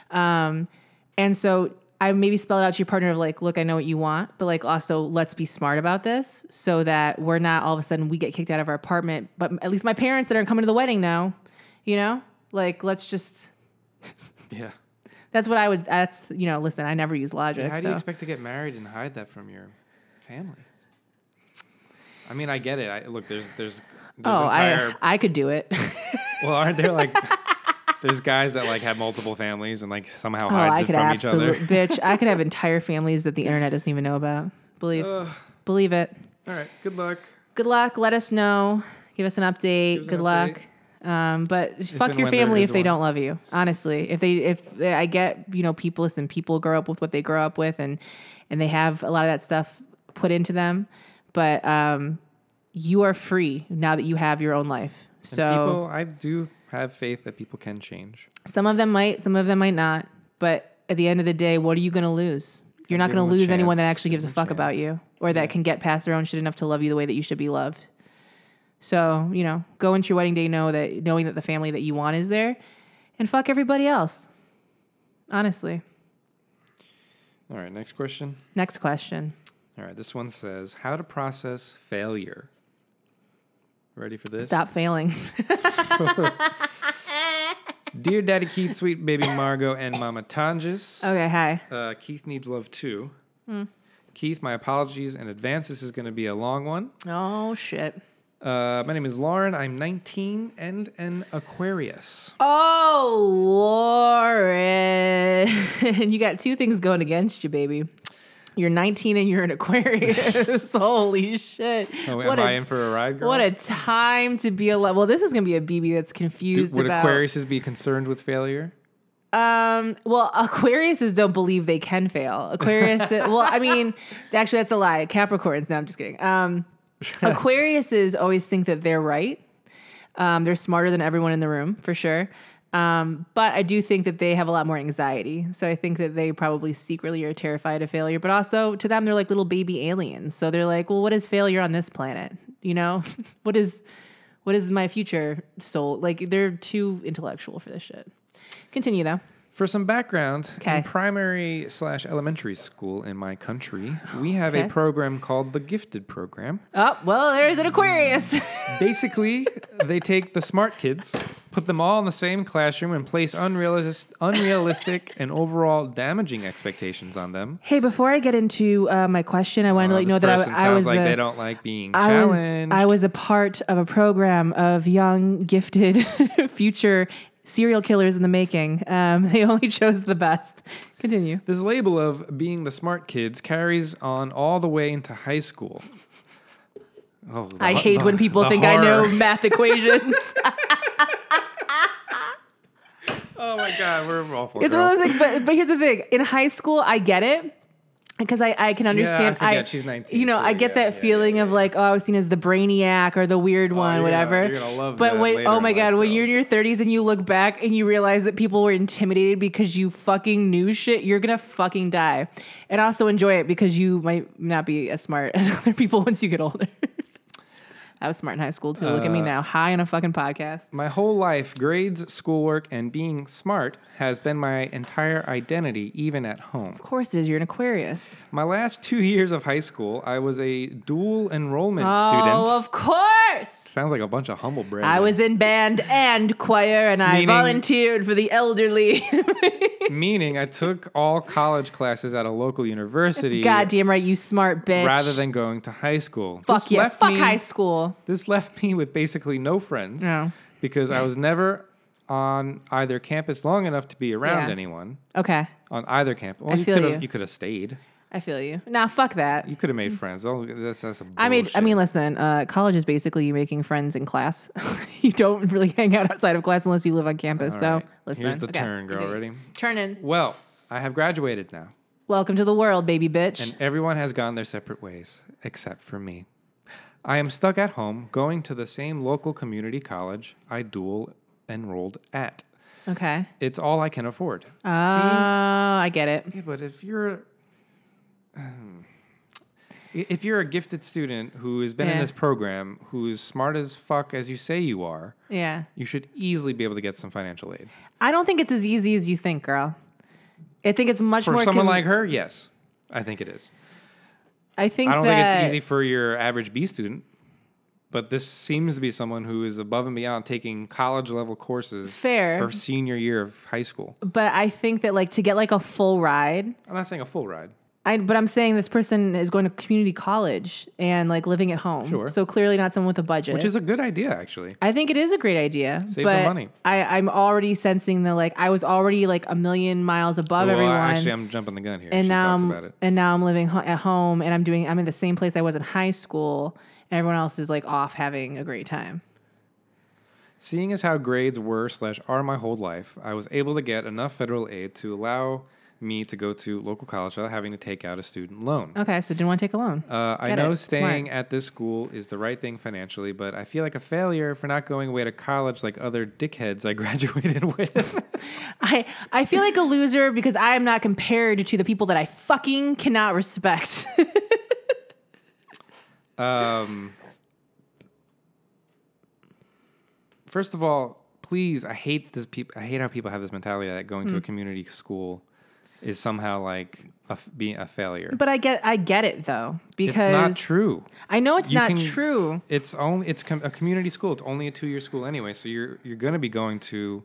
[SPEAKER 1] um, and so I maybe spell it out to your partner of like, look, I know what you want, but like also let's be smart about this so that we're not all of a sudden we get kicked out of our apartment. But at least my parents that are coming to the wedding know, you know, like let's just.
[SPEAKER 2] Yeah.
[SPEAKER 1] That's what I would. That's you know. Listen, I never use logic.
[SPEAKER 2] How do
[SPEAKER 1] so.
[SPEAKER 2] you expect to get married and hide that from your family? I mean, I get it. I look. There's there's. there's
[SPEAKER 1] oh,
[SPEAKER 2] entire,
[SPEAKER 1] I I could do it.
[SPEAKER 2] Well, aren't there like. There's guys that like have multiple families and like somehow
[SPEAKER 1] Oh,
[SPEAKER 2] hides
[SPEAKER 1] I
[SPEAKER 2] it
[SPEAKER 1] could
[SPEAKER 2] from each other.
[SPEAKER 1] absolutely, bitch. I could have entire families that the internet doesn't even know about. Believe,
[SPEAKER 2] Ugh.
[SPEAKER 1] believe it.
[SPEAKER 2] all right. Good luck.
[SPEAKER 1] Good luck. Let us know. Give us an update.
[SPEAKER 2] us an
[SPEAKER 1] Good luck. Um, but fuck
[SPEAKER 2] and
[SPEAKER 1] your
[SPEAKER 2] when there
[SPEAKER 1] family
[SPEAKER 2] is
[SPEAKER 1] if they
[SPEAKER 2] one.
[SPEAKER 1] don't love you. Honestly, if they if I get you know people listen, people grow up with what they grow up with, and and they have a lot of that stuff put into them. But um, you are free now that you have your own life. So
[SPEAKER 2] people, I do have faith that people can change.
[SPEAKER 1] Some of them might, some of them might not. But at the end of the day, what are you going to lose? You're not
[SPEAKER 2] Give
[SPEAKER 1] going to
[SPEAKER 2] them a
[SPEAKER 1] lose anyone that
[SPEAKER 2] chance.
[SPEAKER 1] actually
[SPEAKER 2] Give
[SPEAKER 1] gives a
[SPEAKER 2] them a
[SPEAKER 1] fuck about
[SPEAKER 2] chance.
[SPEAKER 1] you or that can get past their own shit enough to love you the way that you should be loved. So, you know, go into your wedding day know that knowing that the family that you want is there and fuck everybody else. Honestly.
[SPEAKER 2] All right, next question.
[SPEAKER 1] Next question.
[SPEAKER 2] All right, this one says how to process failure. Ready for this?
[SPEAKER 1] Stop failing.
[SPEAKER 2] Dear Daddy Keith, sweet baby Margot, and Mama Tanges.
[SPEAKER 1] okay, Hmm. hi.
[SPEAKER 2] Uh, Keith needs love too. Keith, my apologies in advance. This is going to be a long one.
[SPEAKER 1] Oh shit.
[SPEAKER 2] Uh, my name is Lauren. I'm 19 and an Aquarius.
[SPEAKER 1] Oh, Lauren. you got two things going against you, baby. You're 19 and you're an Aquarius. Holy shit.
[SPEAKER 2] Oh,
[SPEAKER 1] what
[SPEAKER 2] am
[SPEAKER 1] a
[SPEAKER 2] I in for a ride, girl?
[SPEAKER 1] what a time to be alive. Well, this is going to be a BB that's
[SPEAKER 2] Do,
[SPEAKER 1] confused
[SPEAKER 2] would
[SPEAKER 1] about
[SPEAKER 2] Aquariuses be concerned with failure?
[SPEAKER 1] Um, well, Aquariuses don't believe they can fail. Aquarius, well, I mean, actually, that's a lie. Capricorns. No, I'm just kidding. Um, Aquariuses always think that they're right. Um, they're smarter than everyone in the room for sure. Um, but I do think that they have a lot more anxiety. So I think that they probably secretly are terrified of failure. But also to them, they're like little baby aliens. So they're like, well, what is failure on this planet? You know, what is what is my future soul? Like they're too intellectual for this shit. Continue though.
[SPEAKER 2] For some background,
[SPEAKER 1] Okay.
[SPEAKER 2] in primary slash elementary school in my country, we have
[SPEAKER 1] Okay.
[SPEAKER 2] a program called the Gifted Program.
[SPEAKER 1] Oh, well, there's an Aquarius.
[SPEAKER 2] Basically, they take the smart kids, put them all in the same classroom, and place unrealis- unrealistic and overall damaging expectations on them.
[SPEAKER 1] hey, before I get into uh, my question, I wanted
[SPEAKER 2] Well,
[SPEAKER 1] to let you know
[SPEAKER 2] this
[SPEAKER 1] that
[SPEAKER 2] person
[SPEAKER 1] I, I
[SPEAKER 2] sounds
[SPEAKER 1] was
[SPEAKER 2] like
[SPEAKER 1] a-
[SPEAKER 2] they don't like being
[SPEAKER 1] I was,
[SPEAKER 2] challenged.
[SPEAKER 1] I was a part of a program of young, gifted, future serial killers in the making. Um, they only chose the best. Continue.
[SPEAKER 2] This label of being the smart kids carries on all the way into high school. Oh, the
[SPEAKER 1] I
[SPEAKER 2] ho-
[SPEAKER 1] hate
[SPEAKER 2] the-
[SPEAKER 1] when people
[SPEAKER 2] the
[SPEAKER 1] think I know
[SPEAKER 2] horror.
[SPEAKER 1] math equations.
[SPEAKER 2] Oh my god, we're awful.
[SPEAKER 1] it's
[SPEAKER 2] girl.
[SPEAKER 1] one of those things. But, but here's the thing: in high school, I get it because I, I can understand.
[SPEAKER 2] forget. She's 19,
[SPEAKER 1] You know,
[SPEAKER 2] so
[SPEAKER 1] I get
[SPEAKER 2] yeah,
[SPEAKER 1] that
[SPEAKER 2] yeah,
[SPEAKER 1] feeling
[SPEAKER 2] yeah,
[SPEAKER 1] of
[SPEAKER 2] yeah.
[SPEAKER 1] like, oh, I was seen as the brainiac or the weird one,
[SPEAKER 2] you're gonna-
[SPEAKER 1] whatever.
[SPEAKER 2] you're gonna love
[SPEAKER 1] but
[SPEAKER 2] that
[SPEAKER 1] wait,
[SPEAKER 2] later
[SPEAKER 1] oh
[SPEAKER 2] in
[SPEAKER 1] my
[SPEAKER 2] life,
[SPEAKER 1] god, when
[SPEAKER 2] though.
[SPEAKER 1] you're in your 30s and you look back and you realize that people were intimidated because you fucking knew shit, you're gonna fucking die. And also enjoy it because you might not be as smart as other people once you get older. I was smart in high school too. Look at me
[SPEAKER 2] Uh.
[SPEAKER 1] now, high on a fucking podcast.
[SPEAKER 2] My whole life, grades, schoolwork, and being smart has been my entire identity, even at home.
[SPEAKER 1] Of course it is. You're an Aquarius.
[SPEAKER 2] My last two years of high school, I was a dual enrollment student.
[SPEAKER 1] Oh, of course.
[SPEAKER 2] Sounds like a bunch of humble brag.
[SPEAKER 1] I was in band and choir, and I
[SPEAKER 2] Meaning-
[SPEAKER 1] volunteered for the elderly.
[SPEAKER 2] meaning I took all college classes at a local university
[SPEAKER 1] Goddamn right, you smart bitch.
[SPEAKER 2] rather than going to high school.
[SPEAKER 1] fuck
[SPEAKER 2] This
[SPEAKER 1] yeah,
[SPEAKER 2] left
[SPEAKER 1] fuck
[SPEAKER 2] me-
[SPEAKER 1] high school.
[SPEAKER 2] This left me with basically no friends
[SPEAKER 1] No.
[SPEAKER 2] because I was never on either campus long enough to be around
[SPEAKER 1] Yeah.
[SPEAKER 2] anyone
[SPEAKER 1] Okay,
[SPEAKER 2] on either campus. Well,
[SPEAKER 1] I
[SPEAKER 2] you
[SPEAKER 1] feel
[SPEAKER 2] could
[SPEAKER 1] you.
[SPEAKER 2] have you could have stayed.
[SPEAKER 1] I feel you. Nah, fuck that.
[SPEAKER 2] You could have made friends. Oh, that's, that's some
[SPEAKER 1] I made. I
[SPEAKER 2] bullshit.
[SPEAKER 1] mean, listen. Uh, college is basically you making friends in class. you don't really hang out outside of class unless you live on campus.
[SPEAKER 2] All
[SPEAKER 1] so
[SPEAKER 2] right.
[SPEAKER 1] listen.
[SPEAKER 2] Here's the
[SPEAKER 1] Okay,
[SPEAKER 2] turn, girl.
[SPEAKER 1] continue.
[SPEAKER 2] Ready?
[SPEAKER 1] Turn in.
[SPEAKER 2] Well, I have graduated now,
[SPEAKER 1] Welcome to the world, baby bitch.
[SPEAKER 2] and everyone has gone their separate ways except for me. I am stuck at home going to the same local community college I dual enrolled at.
[SPEAKER 1] okay.
[SPEAKER 2] It's all I can afford.
[SPEAKER 1] Oh, I get it.
[SPEAKER 2] Yeah, but if you're um, i- if you're a gifted student who has been in
[SPEAKER 1] Yeah.
[SPEAKER 2] this program, who's smart as fuck as you say you are,
[SPEAKER 1] Yeah.
[SPEAKER 2] you should easily be able to get some financial aid.
[SPEAKER 1] I don't think it's as easy as you think, girl. I think it's much
[SPEAKER 2] For
[SPEAKER 1] more.
[SPEAKER 2] someone
[SPEAKER 1] con-
[SPEAKER 2] like her, yes, I think it is.
[SPEAKER 1] I think
[SPEAKER 2] I don't think
[SPEAKER 1] that
[SPEAKER 2] it's easy for your average B student, but this seems to be someone who is above and beyond taking college level courses
[SPEAKER 1] Fair.
[SPEAKER 2] her senior year of high school.
[SPEAKER 1] but I think that like to get like a full ride.
[SPEAKER 2] I'm not saying a full ride.
[SPEAKER 1] I but I'm saying this person is going to community college and like living at home.
[SPEAKER 2] Sure.
[SPEAKER 1] So clearly not someone with a budget.
[SPEAKER 2] Which is a good idea, actually.
[SPEAKER 1] I think it is a great idea.
[SPEAKER 2] Save some
[SPEAKER 1] but
[SPEAKER 2] money.
[SPEAKER 1] I, I'm already sensing that like I was already like a million miles above
[SPEAKER 2] Well,
[SPEAKER 1] everyone.
[SPEAKER 2] actually, I'm jumping the gun here.
[SPEAKER 1] and um,
[SPEAKER 2] she
[SPEAKER 1] now
[SPEAKER 2] talks
[SPEAKER 1] I'm,
[SPEAKER 2] about it.
[SPEAKER 1] and now I'm living ho- at home and I'm doing I'm in the same place I was in high school and everyone else is like off having a great time.
[SPEAKER 2] Seeing as how grades were slash are my whole life, I was able to get enough federal aid to allow me to go to local college without having to take out a student loan.
[SPEAKER 1] Okay, so didn't want to take a loan.
[SPEAKER 2] Uh, I
[SPEAKER 1] Get
[SPEAKER 2] know
[SPEAKER 1] it.
[SPEAKER 2] staying
[SPEAKER 1] Smart.
[SPEAKER 2] at this school is the right thing financially, but I feel like a failure for not going away to college like other dickheads I graduated with.
[SPEAKER 1] I, I feel like a loser because I am not compared to the people that I fucking cannot respect.
[SPEAKER 2] um, first of all, please, I hate this. Peop- I hate how people have this mentality that going
[SPEAKER 1] Mm.
[SPEAKER 2] to a community school is somehow like a f- being a failure.
[SPEAKER 1] but I get I get it though
[SPEAKER 2] it's
[SPEAKER 1] because
[SPEAKER 2] not true.
[SPEAKER 1] I know it's
[SPEAKER 2] You
[SPEAKER 1] not
[SPEAKER 2] can-
[SPEAKER 1] true.
[SPEAKER 2] It's only it's com- a community school. It's only a two year school anyway, so you're you're going to be going to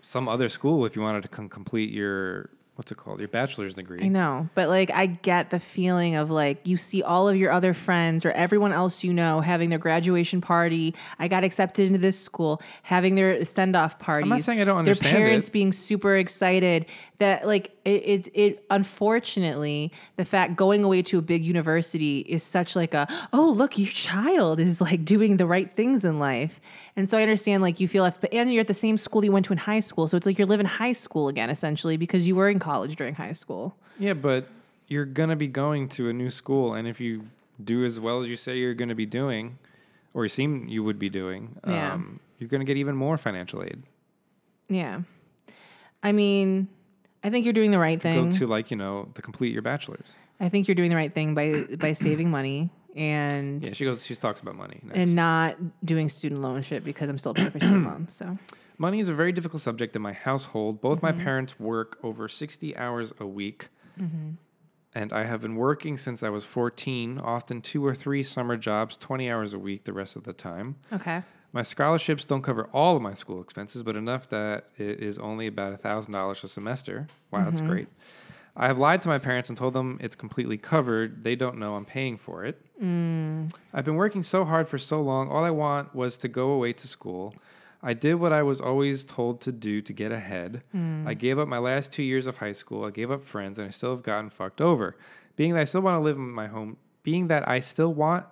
[SPEAKER 2] some other school if you wanted to com- complete your what's it called? Your bachelor's degree.
[SPEAKER 1] I know, but like I get the feeling of like you see all of your other friends or everyone else you know having their graduation party. I got accepted into this school, having their send off parties.
[SPEAKER 2] saying I don't understand
[SPEAKER 1] Their parents
[SPEAKER 2] it.
[SPEAKER 1] being super excited that like it, it it unfortunately the fact going away to a big university is such like a oh look your child is like doing the right things in life. And so I understand like you feel left, but and you're at the same school you went to in high school, so it's like you're living high school again essentially because you were in college during high school.
[SPEAKER 2] Yeah, but you're gonna be going to a new school, and if you do as well as you say you're gonna be doing, or seem you would be doing,
[SPEAKER 1] Yeah.
[SPEAKER 2] um, you're gonna get even more financial aid.
[SPEAKER 1] Yeah. I mean, I think you're doing the right
[SPEAKER 2] Go
[SPEAKER 1] thing.
[SPEAKER 2] to like you know to complete your bachelor's.
[SPEAKER 1] I think you're doing the right thing by by saving money and
[SPEAKER 2] Yeah, she goes. She talks about money. Next.
[SPEAKER 1] and not doing student loan shit because I'm still paying for student loans. So
[SPEAKER 2] Money is a very difficult subject in my household. Both
[SPEAKER 1] Mm-hmm.
[SPEAKER 2] my parents work over 60 hours a week.
[SPEAKER 1] Mm-hmm.
[SPEAKER 2] And I have been working since I was 14, often two or three summer jobs, 20 hours a week the rest of the time.
[SPEAKER 1] okay,
[SPEAKER 2] My scholarships don't cover all of my school expenses, but enough that it is only about $1,000 a semester. Wow, that's great. I have lied to my parents and told them it's completely covered. They don't know I'm paying for it. I've been working so hard for so long. All I want was to go away to school. I did what I was always told to do to get ahead. I gave up my last two years of high school. I gave up friends, and I still have gotten fucked over. Being that I still want to live in my home, being that I still want,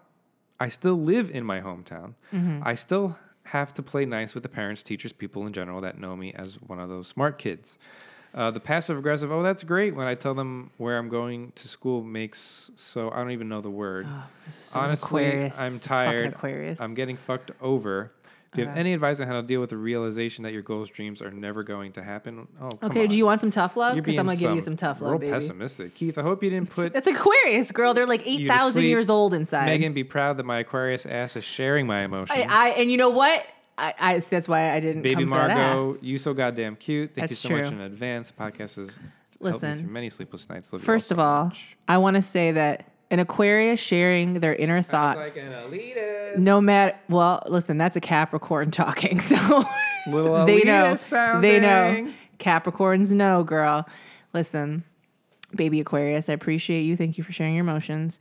[SPEAKER 2] I still live in my hometown.
[SPEAKER 1] Mm-hmm.
[SPEAKER 2] I still have to play nice with the parents, teachers, people in general that know me as one of those smart kids. Uh, the passive aggressive, oh, that's great. When I tell them where I'm going to school, makes so I don't even know the word.
[SPEAKER 1] this is so
[SPEAKER 2] Honestly,
[SPEAKER 1] Aquarius.
[SPEAKER 2] I'm
[SPEAKER 1] It's fucking
[SPEAKER 2] tired.
[SPEAKER 1] Aquarius.
[SPEAKER 2] I'm getting fucked over. Do you have
[SPEAKER 1] Okay.
[SPEAKER 2] any advice on how to deal with the realization that your goals, dreams are never going to happen? Oh, come
[SPEAKER 1] okay.
[SPEAKER 2] on.
[SPEAKER 1] Do you want some tough love?
[SPEAKER 2] You're
[SPEAKER 1] Because I'm
[SPEAKER 2] being
[SPEAKER 1] gonna give you
[SPEAKER 2] some
[SPEAKER 1] some tough love,
[SPEAKER 2] real
[SPEAKER 1] baby.
[SPEAKER 2] pessimistic, Keith. I hope you didn't put
[SPEAKER 1] That's Aquarius, girl. They're like eight thousand
[SPEAKER 2] sleep.
[SPEAKER 1] years old inside.
[SPEAKER 2] Megan. Be proud that my Aquarius ass is sharing my emotions.
[SPEAKER 1] I, I and you know what? I, I that's why I didn't.
[SPEAKER 2] Baby
[SPEAKER 1] come for that
[SPEAKER 2] Margot,
[SPEAKER 1] ass.
[SPEAKER 2] you so goddamn cute. Thank you
[SPEAKER 1] That's
[SPEAKER 2] so much
[SPEAKER 1] true.
[SPEAKER 2] in advance. Podcast has helped
[SPEAKER 1] Listen,
[SPEAKER 2] me through many sleepless nights. Love you
[SPEAKER 1] First
[SPEAKER 2] so
[SPEAKER 1] of all,
[SPEAKER 2] much.
[SPEAKER 1] I want to say that an Aquarius sharing their inner thoughts.
[SPEAKER 2] like an elitist.
[SPEAKER 1] No matter. Well, listen, that's a Capricorn talking. So
[SPEAKER 2] Little
[SPEAKER 1] they know.
[SPEAKER 2] elitist
[SPEAKER 1] They know.
[SPEAKER 2] sounding.
[SPEAKER 1] Capricorns know, girl. Listen, baby Aquarius, I appreciate you. Thank you for sharing your emotions.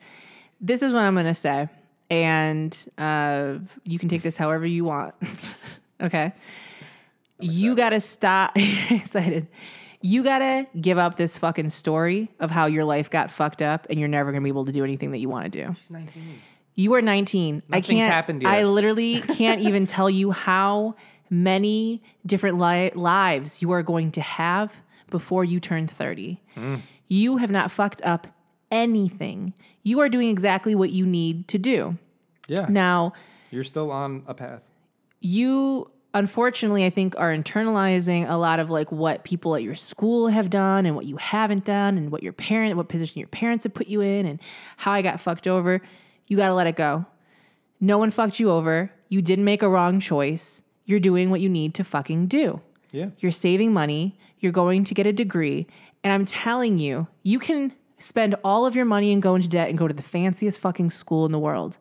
[SPEAKER 1] This is what I'm gonna say, and uh, you can take this however you want. okay. You gotta stop. You're excited. You gotta give up this fucking story of how your life got fucked up and you're never gonna be able to do anything that you wanna do.
[SPEAKER 2] She's 19.
[SPEAKER 1] You are 19.
[SPEAKER 2] Nothing's
[SPEAKER 1] I can't.
[SPEAKER 2] happened yet.
[SPEAKER 1] I literally can't even tell you how many different li- lives you are going to have before you turn 30. You have not fucked up anything. You are doing exactly what you need to do.
[SPEAKER 2] Yeah,
[SPEAKER 1] Now,
[SPEAKER 2] you're still on a path.
[SPEAKER 1] you unfortunately i think are internalizing a lot of like what people at your school have done and what you haven't done and what your parent what position your parents have put you in and how i got fucked over you got to let it go no one fucked you over you didn't make a wrong choice you're doing what you need to fucking do
[SPEAKER 2] Yeah.
[SPEAKER 1] you're saving money, you're going to get a degree, and I'm telling you, you can spend all of your money and go into debt and go to the fanciest fucking school in the world.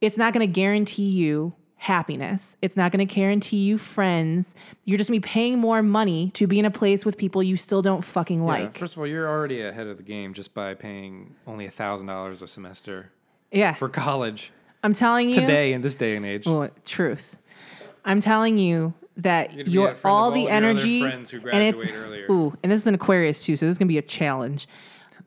[SPEAKER 1] It's not going to guarantee you happiness. It's not going to guarantee you friends. You're just going to be paying more money to be in a place with people you still don't fucking
[SPEAKER 2] Yeah,
[SPEAKER 1] like.
[SPEAKER 2] First of all, you're already ahead of the game just by paying only thousand dollars a semester
[SPEAKER 1] Yeah.
[SPEAKER 2] for college
[SPEAKER 1] I'm telling you.
[SPEAKER 2] today in this day and age.
[SPEAKER 1] Well, truth. I'm telling you that
[SPEAKER 2] gonna be
[SPEAKER 1] your
[SPEAKER 2] that friend of
[SPEAKER 1] all
[SPEAKER 2] all
[SPEAKER 1] the
[SPEAKER 2] your other
[SPEAKER 1] energy
[SPEAKER 2] friends who
[SPEAKER 1] and it's,
[SPEAKER 2] graduate earlier.
[SPEAKER 1] Ooh, and this is an Aquarius too, so this is gonna be a challenge.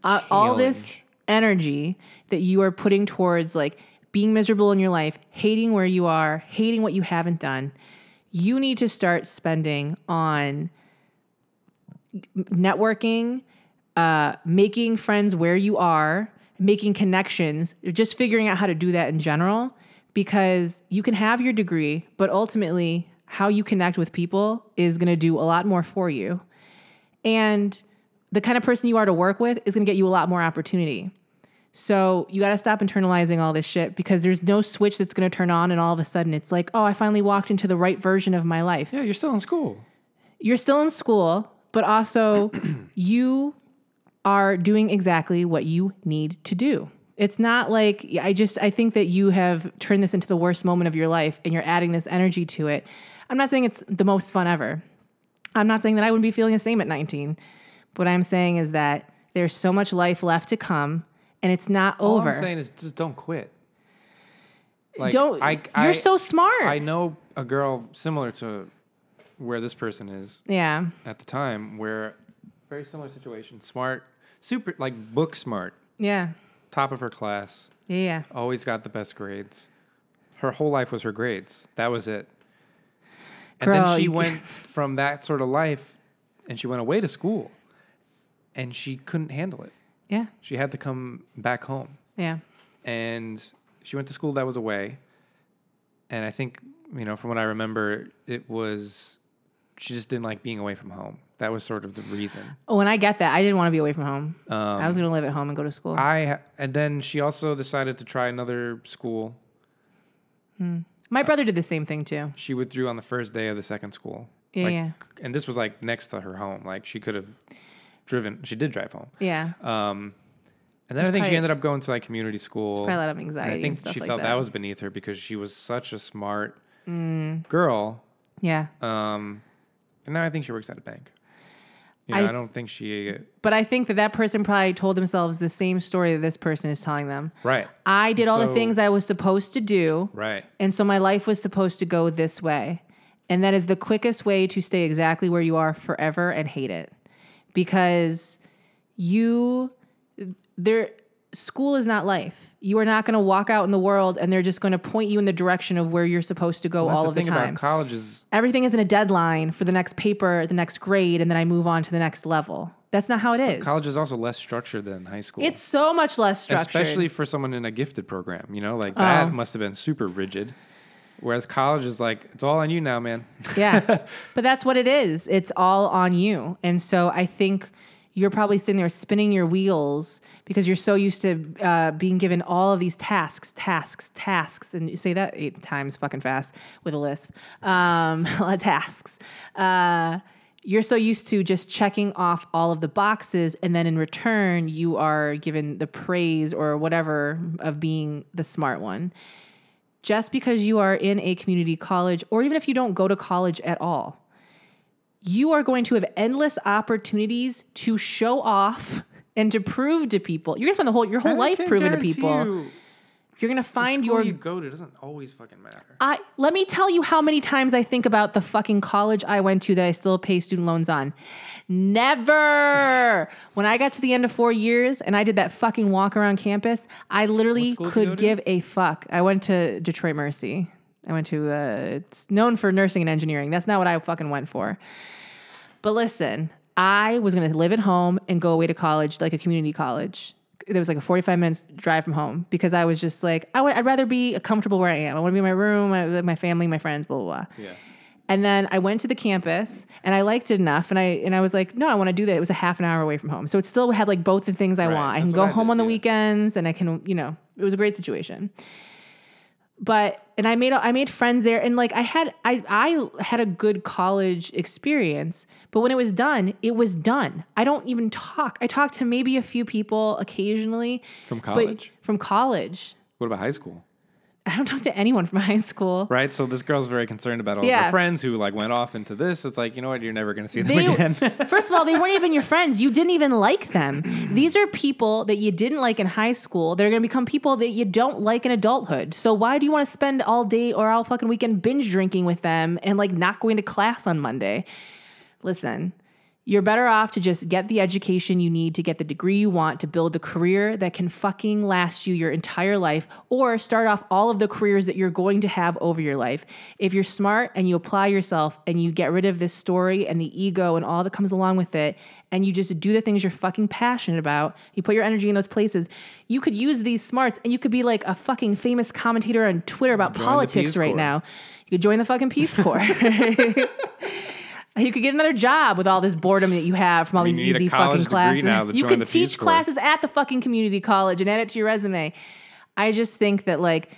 [SPEAKER 1] Uh, all this
[SPEAKER 2] Challenge.
[SPEAKER 1] energy that you are putting towards like being miserable in your life, hating where you are, hating what you haven't done, you need to start spending on networking, uh, making friends where you are, making connections, just figuring out how to do that in general, because you can have your degree, but ultimately, how you connect with people is going to do a lot more for you. And the kind of person you are to work with is going to get you a lot more opportunity. So you got to stop internalizing all this shit because there's no switch that's going to turn on and all of a sudden it's like, "Oh, I finally walked into the right version of my life."
[SPEAKER 2] Yeah, you're still in school.
[SPEAKER 1] you're still in school, but also you are doing exactly what you need to do. It's not like I just I think that you have turned this into the worst moment of your life and you're adding this energy to it. I'm not saying it's the most fun ever. I'm not saying that I wouldn't be feeling the same at 19, What I'm saying is that there's so much life left to come, and it's not
[SPEAKER 2] All
[SPEAKER 1] over.
[SPEAKER 2] I'm saying is just don't quit. Like,
[SPEAKER 1] Don't.
[SPEAKER 2] I, I-
[SPEAKER 1] you're so smart.
[SPEAKER 2] I know a girl similar to where this person is
[SPEAKER 1] yeah.
[SPEAKER 2] at the time, where very similar situation, smart, super, like book smart,
[SPEAKER 1] Yeah.
[SPEAKER 2] top of her class,
[SPEAKER 1] Yeah. Yeah.
[SPEAKER 2] always got the best grades. Her whole life was her grades. That was it. And
[SPEAKER 1] Girl,
[SPEAKER 2] then she
[SPEAKER 1] you-
[SPEAKER 2] went from that sort of life and she went away to school and she couldn't handle it.
[SPEAKER 1] Yeah.
[SPEAKER 2] She had to come back home.
[SPEAKER 1] Yeah.
[SPEAKER 2] And she went to school that was away. And I think, you know, from what I remember, it was she just didn't like being away from home. That was sort of the reason.
[SPEAKER 1] Oh, and I get that. I didn't want to be away from home. I was going to live at home and go to school.
[SPEAKER 2] Um, I ha- and then she also decided to try another school.
[SPEAKER 1] My brother did the same thing too.
[SPEAKER 2] She withdrew on the first day of the second school.
[SPEAKER 1] Yeah,
[SPEAKER 2] Like,
[SPEAKER 1] yeah.
[SPEAKER 2] And this was like next to her home. Like she could have driven. She did drive home.
[SPEAKER 1] Yeah.
[SPEAKER 2] Um, and then I think she
[SPEAKER 1] probably-
[SPEAKER 2] ended up going to like community school.
[SPEAKER 1] probably a lot of
[SPEAKER 2] And
[SPEAKER 1] anxiety
[SPEAKER 2] I
[SPEAKER 1] and
[SPEAKER 2] think
[SPEAKER 1] stuff
[SPEAKER 2] she
[SPEAKER 1] like
[SPEAKER 2] felt that.
[SPEAKER 1] that.
[SPEAKER 2] was beneath her because she was such a smart
[SPEAKER 1] Mm.
[SPEAKER 2] girl.
[SPEAKER 1] yeah.
[SPEAKER 2] Um, and now I think she works at a bank. You know,
[SPEAKER 1] I
[SPEAKER 2] I,
[SPEAKER 1] th-
[SPEAKER 2] don't think she
[SPEAKER 1] But I think that that person probably told themselves the same story that this person is telling them.
[SPEAKER 2] right,
[SPEAKER 1] I did all the
[SPEAKER 2] So-
[SPEAKER 1] things I was supposed to do.
[SPEAKER 2] right.
[SPEAKER 1] And so my life was supposed to go this way. And that is the quickest way to stay exactly where you are forever and hate it. Because you there school is not life. You are not going to walk out in the world and they're just going to point you in the direction of where you're supposed to go
[SPEAKER 2] That's
[SPEAKER 1] all
[SPEAKER 2] the
[SPEAKER 1] of
[SPEAKER 2] thing
[SPEAKER 1] the time.
[SPEAKER 2] about college is
[SPEAKER 1] Everything isn't a deadline for the next paper, the next grade, and then I move on to the next level. That's not how it is.
[SPEAKER 2] college is also less structured than high school.
[SPEAKER 1] it's so much less structured. Oh.
[SPEAKER 2] especially for someone in a gifted program. You know, like that must have been super rigid. Whereas college is like it's all on you now, man.
[SPEAKER 1] yeah. But that's what it is. It's all on you. And so I think you're probably sitting there spinning your wheels because you're so used to uh, being given all of these tasks, tasks, tasks. And you say that eight times fucking fast with a lisp. Um, a lot of tasks. Uh, you're so used to just checking off all of the boxes, and then in return, you are given the praise or whatever of being the smart one just because you are in a community college, or even if you don't go to college at all, you are going to have endless opportunities to show off and to prove to people. You're gonna spend the whole your whole life proving to people. You. are gonna find your.
[SPEAKER 2] you go to doesn't always fucking matter.
[SPEAKER 1] I let me tell you how many times I think about the fucking college I went to that I still pay student loans on. Never. when I got to the end of four years and I did that fucking walk around campus, I literally
[SPEAKER 2] school did you go
[SPEAKER 1] could
[SPEAKER 2] to?
[SPEAKER 1] give a fuck. I went to Detroit Mercy. I went to uh, it's known for nursing and engineering. That's not what I fucking went for. But listen, I was going to live at home and go away to college, like a community college. There was like a 45 minutes drive from home because I was just like, I would, I'd rather be comfortable where I am. I want to be in my room, my, my family, my friends, blah, blah, blah.
[SPEAKER 2] Yeah.
[SPEAKER 1] And then I went to the campus and I liked it enough. And I, and I was like, no, I want to do that. It was a half an hour away from home. So it still had like both the things I
[SPEAKER 2] Right,
[SPEAKER 1] want. I
[SPEAKER 2] that's
[SPEAKER 1] can go
[SPEAKER 2] what I
[SPEAKER 1] home
[SPEAKER 2] did,
[SPEAKER 1] on the
[SPEAKER 2] yeah.
[SPEAKER 1] weekends and I can, you know, it was a great situation but and I made I made friends there and like I had I I had a good college experience but when it was done it was done I don't even talk I talk to maybe a few people occasionally
[SPEAKER 2] From
[SPEAKER 1] but-
[SPEAKER 2] college?
[SPEAKER 1] from college
[SPEAKER 2] What about high school?
[SPEAKER 1] I don't talk to anyone from high school
[SPEAKER 2] Right. So this girl's very concerned about all of
[SPEAKER 1] Yeah.
[SPEAKER 2] her friends who like went off into this. It's like you know what? You're never gonna see them
[SPEAKER 1] They-
[SPEAKER 2] again.
[SPEAKER 1] First of all, they weren't even your friends. You didn't even like them. These are people that you didn't like in high school. They're going to become people that you don't like in adulthood. So why do you want to spend all day or all fucking weekend binge drinking with them and like not going to class on Monday? Listen, you're better off to just get the education you need to get the degree you want to build the career that can fucking last you your entire life or start off all of the careers that you're going to have over your life. If you're smart and you apply yourself and you get rid of this story and the ego and all that comes along with it and you just do the things you're fucking passionate about, you put your energy in those places, you could use these smarts and you could be like a fucking famous commentator on Twitter about
[SPEAKER 2] Join the
[SPEAKER 1] politics
[SPEAKER 2] Peace
[SPEAKER 1] right
[SPEAKER 2] Corps.
[SPEAKER 1] now. You could join the fucking Peace Corps. You could get another job with all this boredom that you have from all
[SPEAKER 2] mean,
[SPEAKER 1] these
[SPEAKER 2] you need a
[SPEAKER 1] easy
[SPEAKER 2] college
[SPEAKER 1] fucking
[SPEAKER 2] degree
[SPEAKER 1] classes.
[SPEAKER 2] now to
[SPEAKER 1] you
[SPEAKER 2] join
[SPEAKER 1] could
[SPEAKER 2] the Peace
[SPEAKER 1] teach
[SPEAKER 2] Corps.
[SPEAKER 1] classes at the fucking community college and add it to your resume. I just think that like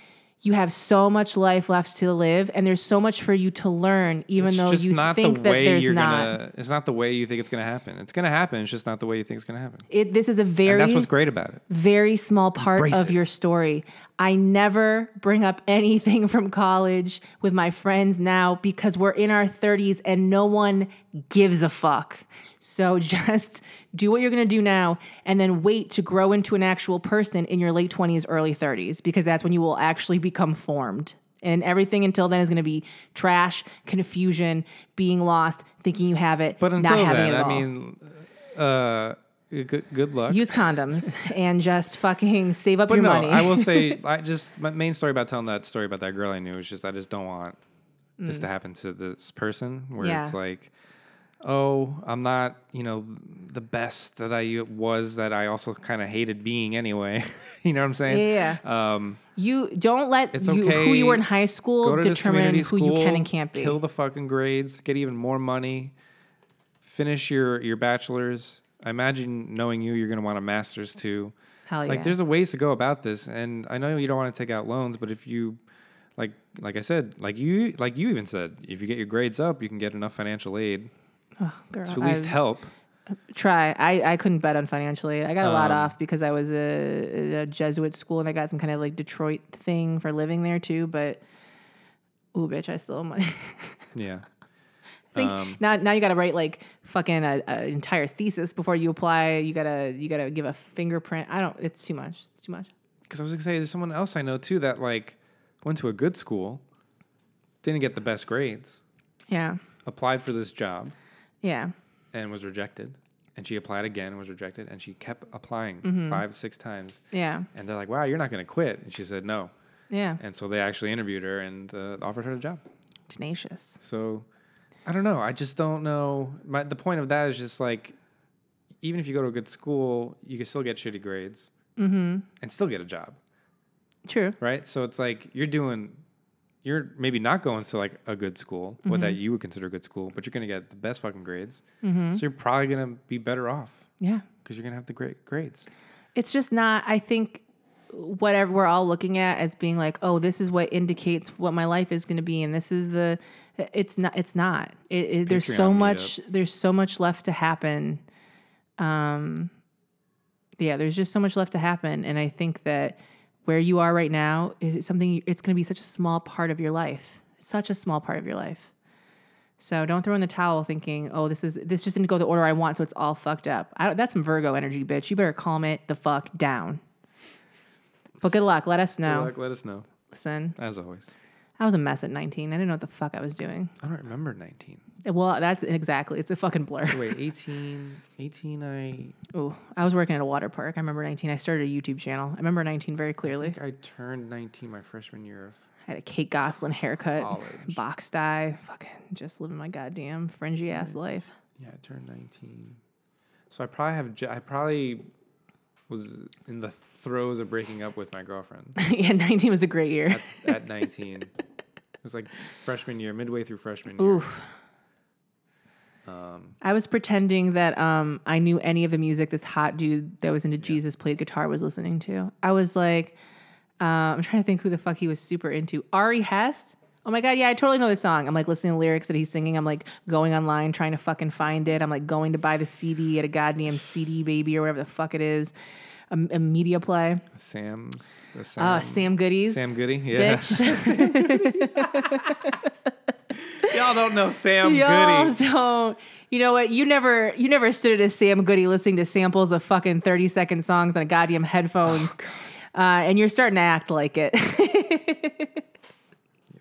[SPEAKER 1] you have so much life left to live, and there's so much for you to learn, even
[SPEAKER 2] it's
[SPEAKER 1] though
[SPEAKER 2] just
[SPEAKER 1] you
[SPEAKER 2] not
[SPEAKER 1] think
[SPEAKER 2] the
[SPEAKER 1] that
[SPEAKER 2] way
[SPEAKER 1] there's
[SPEAKER 2] you're
[SPEAKER 1] not.
[SPEAKER 2] gonna. It's not the way you think it's gonna happen. It's gonna happen. It's just not the way you think it's gonna happen.
[SPEAKER 1] It, this is a very
[SPEAKER 2] And that's what's great about it.
[SPEAKER 1] very small part
[SPEAKER 2] Embrace
[SPEAKER 1] of
[SPEAKER 2] it.
[SPEAKER 1] your story. I never bring up anything from college with my friends now because we're in our 30s and no one gives a fuck. So just do what you're going to do now and then wait to grow into an actual person in your late 20s, early 30s, because that's when you will actually become formed. And everything until then is going to be trash, confusion, being lost, thinking you have it,
[SPEAKER 2] But until
[SPEAKER 1] not having
[SPEAKER 2] then,
[SPEAKER 1] it at
[SPEAKER 2] I
[SPEAKER 1] all.
[SPEAKER 2] mean, uh, good, good luck.
[SPEAKER 1] use condoms and just fucking save up
[SPEAKER 2] but
[SPEAKER 1] your
[SPEAKER 2] no,
[SPEAKER 1] money.
[SPEAKER 2] I will say, I just my main story about telling that story about that girl I knew is just I just don't want this to happen to this person where
[SPEAKER 1] Mm. Yeah.
[SPEAKER 2] it's like, oh, I'm not, you know, the best that I was that I also kind of hated being anyway. you know what I'm saying?
[SPEAKER 1] Yeah.
[SPEAKER 2] Um,
[SPEAKER 1] You don't let
[SPEAKER 2] It's
[SPEAKER 1] you,
[SPEAKER 2] okay.
[SPEAKER 1] who you were in high
[SPEAKER 2] go
[SPEAKER 1] school
[SPEAKER 2] to this
[SPEAKER 1] determine
[SPEAKER 2] community
[SPEAKER 1] who
[SPEAKER 2] school.
[SPEAKER 1] you can and can't be.
[SPEAKER 2] Kill the fucking grades. Get even more money. Finish your your bachelor's. I imagine knowing you, you're gonna want a master's too.
[SPEAKER 1] Hell
[SPEAKER 2] Like
[SPEAKER 1] yeah.
[SPEAKER 2] there's a ways to go about this, and I know you don't want to take out loans, but if you, like like I said, like you like you even said, if you get your grades up, you can get enough financial aid
[SPEAKER 1] Girl,
[SPEAKER 2] to at least
[SPEAKER 1] I
[SPEAKER 2] help.
[SPEAKER 1] try. I, I couldn't bet on financial aid. I got a
[SPEAKER 2] Um,
[SPEAKER 1] lot off because I was a, a Jesuit school and I got some kind of like Detroit thing for living there too. But ooh, bitch, I still owe money.
[SPEAKER 2] Yeah.
[SPEAKER 1] think
[SPEAKER 2] Um,
[SPEAKER 1] now now you got to write like fucking a, a entire thesis before you apply. You gotta you gotta give a fingerprint. I don't. It's too much. It's too much.
[SPEAKER 2] because I was gonna say there's someone else I know too that like went to a good school, didn't get the best grades,
[SPEAKER 1] Yeah.
[SPEAKER 2] applied for this job,
[SPEAKER 1] Yeah.
[SPEAKER 2] and was rejected. And she applied again and was rejected. And she kept applying five, six times.
[SPEAKER 1] Yeah.
[SPEAKER 2] And they're like, wow, you're not going to quit. And she said, no.
[SPEAKER 1] Yeah.
[SPEAKER 2] And so they actually interviewed her and uh, offered her a job.
[SPEAKER 1] Tenacious.
[SPEAKER 2] So I don't know. I just don't know. My, the point of that is just like, even if you go to a good school, you can still get shitty grades and still get a job,
[SPEAKER 1] True.
[SPEAKER 2] right? So it's like you're doing, you're maybe not going to like a good school, what that you would consider a good school, but you're going to get the best fucking grades. So you're probably going to be better off
[SPEAKER 1] Yeah.
[SPEAKER 2] because you're gonna have the great grades.
[SPEAKER 1] It's just not, I think, whatever we're all looking at as being like, oh, this is what indicates what my life is going to be. And this is the, it's not, it's not. It, it- there's so
[SPEAKER 2] Patreon
[SPEAKER 1] much, there's so much left to happen. Um, yeah, there's just so much left to happen. And I think that where you are right now is something, it's going to be such a small part of your life, such a small part of your life. So don't throw in the towel thinking, oh, this is this just didn't go the order I want, so it's all fucked up. I don't, that's some Virgo energy, bitch. You better calm it the fuck down. But good luck. Let us know.
[SPEAKER 2] Good luck. Let us know,
[SPEAKER 1] Listen,
[SPEAKER 2] as always.
[SPEAKER 1] I was a mess at 19. I didn't know what the fuck I was doing.
[SPEAKER 2] I don't remember 19.
[SPEAKER 1] Well, that's exactly. It's a fucking blur.
[SPEAKER 2] Wait, 18, 18. I
[SPEAKER 1] Ooh, I was working at a water park. I remember 19. I started a YouTube channel. I remember 19 very clearly.
[SPEAKER 2] think I turned 19 my freshman year of.
[SPEAKER 1] I had a Kate Goslin haircut,
[SPEAKER 2] College.
[SPEAKER 1] box dye, fucking just living my goddamn fringy
[SPEAKER 2] Mm.
[SPEAKER 1] ass life.
[SPEAKER 2] Yeah, I turned 19. So I probably have. ju- I probably was in the throes of breaking up with my girlfriend
[SPEAKER 1] yeah, 19 was a great year.
[SPEAKER 2] at, at 19. It was like freshman year, midway through freshman year.
[SPEAKER 1] Oof. I was pretending that um, I knew any of the music this hot dude that was into Jesus played guitar was listening to. I was like, uh, I'm trying to think who the fuck he was super into. Ari Hest. Oh my god, yeah, I totally know this song. I'm like listening to lyrics that he's singing. I'm like going online trying to fucking find it. I'm like going to buy the CD at a goddamn CD baby or whatever the fuck it is, a, a media play.
[SPEAKER 2] Sam's. uh, Sam,
[SPEAKER 1] Uh, Sam Goodies.
[SPEAKER 2] Sam Goody. Yeah.
[SPEAKER 1] Bitch.
[SPEAKER 2] Y'all don't know Sam
[SPEAKER 1] Y'all
[SPEAKER 2] Goody.
[SPEAKER 1] don't. You know what? You never you never stood as Sam Goody listening to samples of fucking 30 second songs on goddamn headphones. uh, and you're starting to act like it.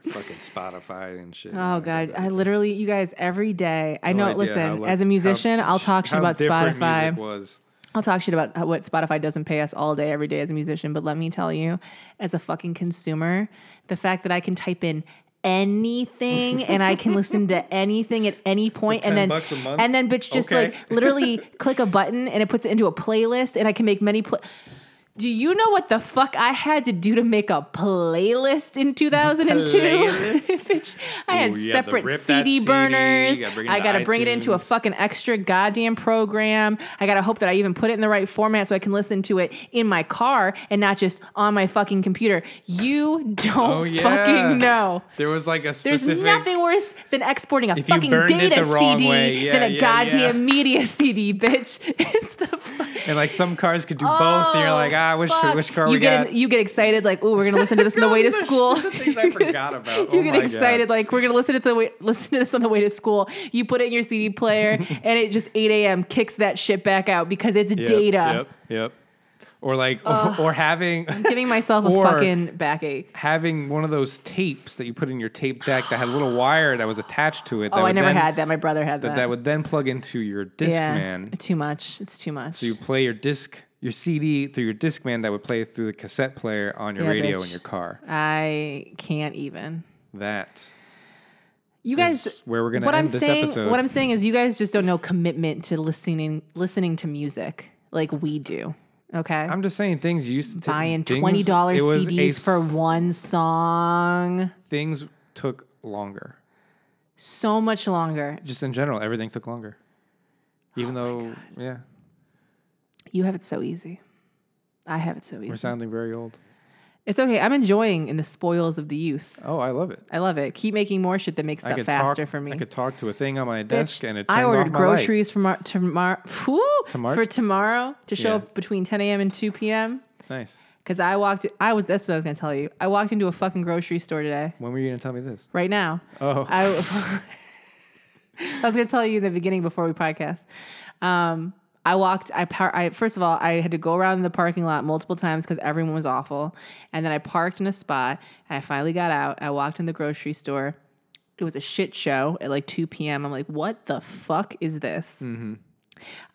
[SPEAKER 2] Fucking Spotify and shit.
[SPEAKER 1] oh God. I literally you guys every day. I know
[SPEAKER 2] idea how,
[SPEAKER 1] listen,
[SPEAKER 2] like,
[SPEAKER 1] as a
[SPEAKER 2] how-
[SPEAKER 1] musician, I'll talk shit
[SPEAKER 2] how
[SPEAKER 1] about
[SPEAKER 2] different
[SPEAKER 1] Spotify.
[SPEAKER 2] music was.
[SPEAKER 1] I'll talk shit about how- what Spotify doesn't pay us all day, every day as a musician, but let me tell you, as a fucking consumer, the fact that I can type in anything and I can listen to anything at any point, and
[SPEAKER 2] 10
[SPEAKER 1] then
[SPEAKER 2] bucks a month?
[SPEAKER 1] and then bitch just
[SPEAKER 2] Okay.
[SPEAKER 1] like literally click a button and it puts it into a playlist, and I can make many. Pl- do you know what the fuck I had to do to make a playlist in 2002?
[SPEAKER 2] Playlist?
[SPEAKER 1] Bitch, I had
[SPEAKER 2] Ooh, you had to
[SPEAKER 1] separate
[SPEAKER 2] rip that
[SPEAKER 1] CD
[SPEAKER 2] CD,
[SPEAKER 1] burners.
[SPEAKER 2] you gotta bring it
[SPEAKER 1] I
[SPEAKER 2] into
[SPEAKER 1] got to bring it into a
[SPEAKER 2] iTunes.
[SPEAKER 1] fucking fucking extra goddamn program. I gotta hope that I even put it in the right format so I can listen to it in my car and not just on my fucking computer. You don't
[SPEAKER 2] Oh, yeah.
[SPEAKER 1] fucking know.
[SPEAKER 2] There was like a
[SPEAKER 1] There's
[SPEAKER 2] specific.
[SPEAKER 1] nothing worse than exporting a
[SPEAKER 2] If you
[SPEAKER 1] fucking
[SPEAKER 2] burned it
[SPEAKER 1] data
[SPEAKER 2] the wrong
[SPEAKER 1] CD
[SPEAKER 2] way, yeah,
[SPEAKER 1] than a
[SPEAKER 2] yeah,
[SPEAKER 1] goddamn
[SPEAKER 2] yeah.
[SPEAKER 1] media CD, bitch. It's the fu-
[SPEAKER 2] and like some cars could do both. And you're like, ah, which
[SPEAKER 1] Oh, fuck.
[SPEAKER 2] which car
[SPEAKER 1] you
[SPEAKER 2] we
[SPEAKER 1] get
[SPEAKER 2] got?
[SPEAKER 1] you get excited like, "Ooh, we're gonna listen to this on the way to
[SPEAKER 2] These are
[SPEAKER 1] school."
[SPEAKER 2] the things I forgot about.
[SPEAKER 1] You
[SPEAKER 2] Oh
[SPEAKER 1] get
[SPEAKER 2] my God.
[SPEAKER 1] excited like, "We're gonna listen to the way, listen to this on the way to school." You put it in your CD player, and it just 8 a.m. kicks that shit back out because it's
[SPEAKER 2] Yep,
[SPEAKER 1] data. Oh.
[SPEAKER 2] Yep. Yep. Or like, or, or having
[SPEAKER 1] Giving myself a
[SPEAKER 2] Or-
[SPEAKER 1] fucking backache.
[SPEAKER 2] having one of those tapes that you put in your tape deck that had a little wire that was attached to it.
[SPEAKER 1] Oh,
[SPEAKER 2] that
[SPEAKER 1] I
[SPEAKER 2] would
[SPEAKER 1] never
[SPEAKER 2] then-
[SPEAKER 1] had that. My brother had that.
[SPEAKER 2] That, that would then plug into your disc
[SPEAKER 1] yeah,
[SPEAKER 2] man.
[SPEAKER 1] too much. It's too much.
[SPEAKER 2] So you play your disc, your CD through your disc man that would play through the cassette player on your
[SPEAKER 1] Yeah,
[SPEAKER 2] radio
[SPEAKER 1] bitch.
[SPEAKER 2] in your car.
[SPEAKER 1] I can't even.
[SPEAKER 2] That
[SPEAKER 1] You
[SPEAKER 2] is
[SPEAKER 1] guys,
[SPEAKER 2] where we're gonna
[SPEAKER 1] what
[SPEAKER 2] end
[SPEAKER 1] I'm
[SPEAKER 2] this
[SPEAKER 1] saying,
[SPEAKER 2] episode.
[SPEAKER 1] what I'm saying is, you guys just don't know commitment to listening, listening to music like we do. Okay,
[SPEAKER 2] I'm just saying things you used to take-
[SPEAKER 1] buying
[SPEAKER 2] things-
[SPEAKER 1] twenty dollars
[SPEAKER 2] it was a
[SPEAKER 1] CDs for
[SPEAKER 2] s-
[SPEAKER 1] one song.
[SPEAKER 2] things took longer.
[SPEAKER 1] So much longer.
[SPEAKER 2] Just in general, everything took longer. Even
[SPEAKER 1] Oh
[SPEAKER 2] though, yeah,
[SPEAKER 1] You have it so easy. I have it so
[SPEAKER 2] we're
[SPEAKER 1] easy.
[SPEAKER 2] sounding very old.
[SPEAKER 1] It's okay. I'm enjoying in the spoils of the youth.
[SPEAKER 2] Oh, I love it.
[SPEAKER 1] I love it. Keep making more shit that makes
[SPEAKER 2] I
[SPEAKER 1] stuff
[SPEAKER 2] could
[SPEAKER 1] faster
[SPEAKER 2] talk,
[SPEAKER 1] for me.
[SPEAKER 2] I could talk to a thing on my desk, and it turns
[SPEAKER 1] I ordered
[SPEAKER 2] off my light.
[SPEAKER 1] groceries for mar- tomorrow whew,
[SPEAKER 2] Tomorrow?
[SPEAKER 1] for tomorrow to show
[SPEAKER 2] Yeah.
[SPEAKER 1] up between 10 a.m. and 2 p.m.
[SPEAKER 2] Nice.
[SPEAKER 1] Because I walked, I was that's what I was gonna tell you. I walked into a fucking grocery store today,
[SPEAKER 2] When were you gonna tell me this?
[SPEAKER 1] right now.
[SPEAKER 2] Oh,
[SPEAKER 1] I, I was gonna tell you in the beginning before we podcast. Um, I walked. I, par- I first of all, I had to go around the parking lot multiple times because everyone was awful. And then I parked in a spot. And I finally got out. I walked in the grocery store. It was a shit show at like 2 p.m. I'm like, what the fuck is this? I'm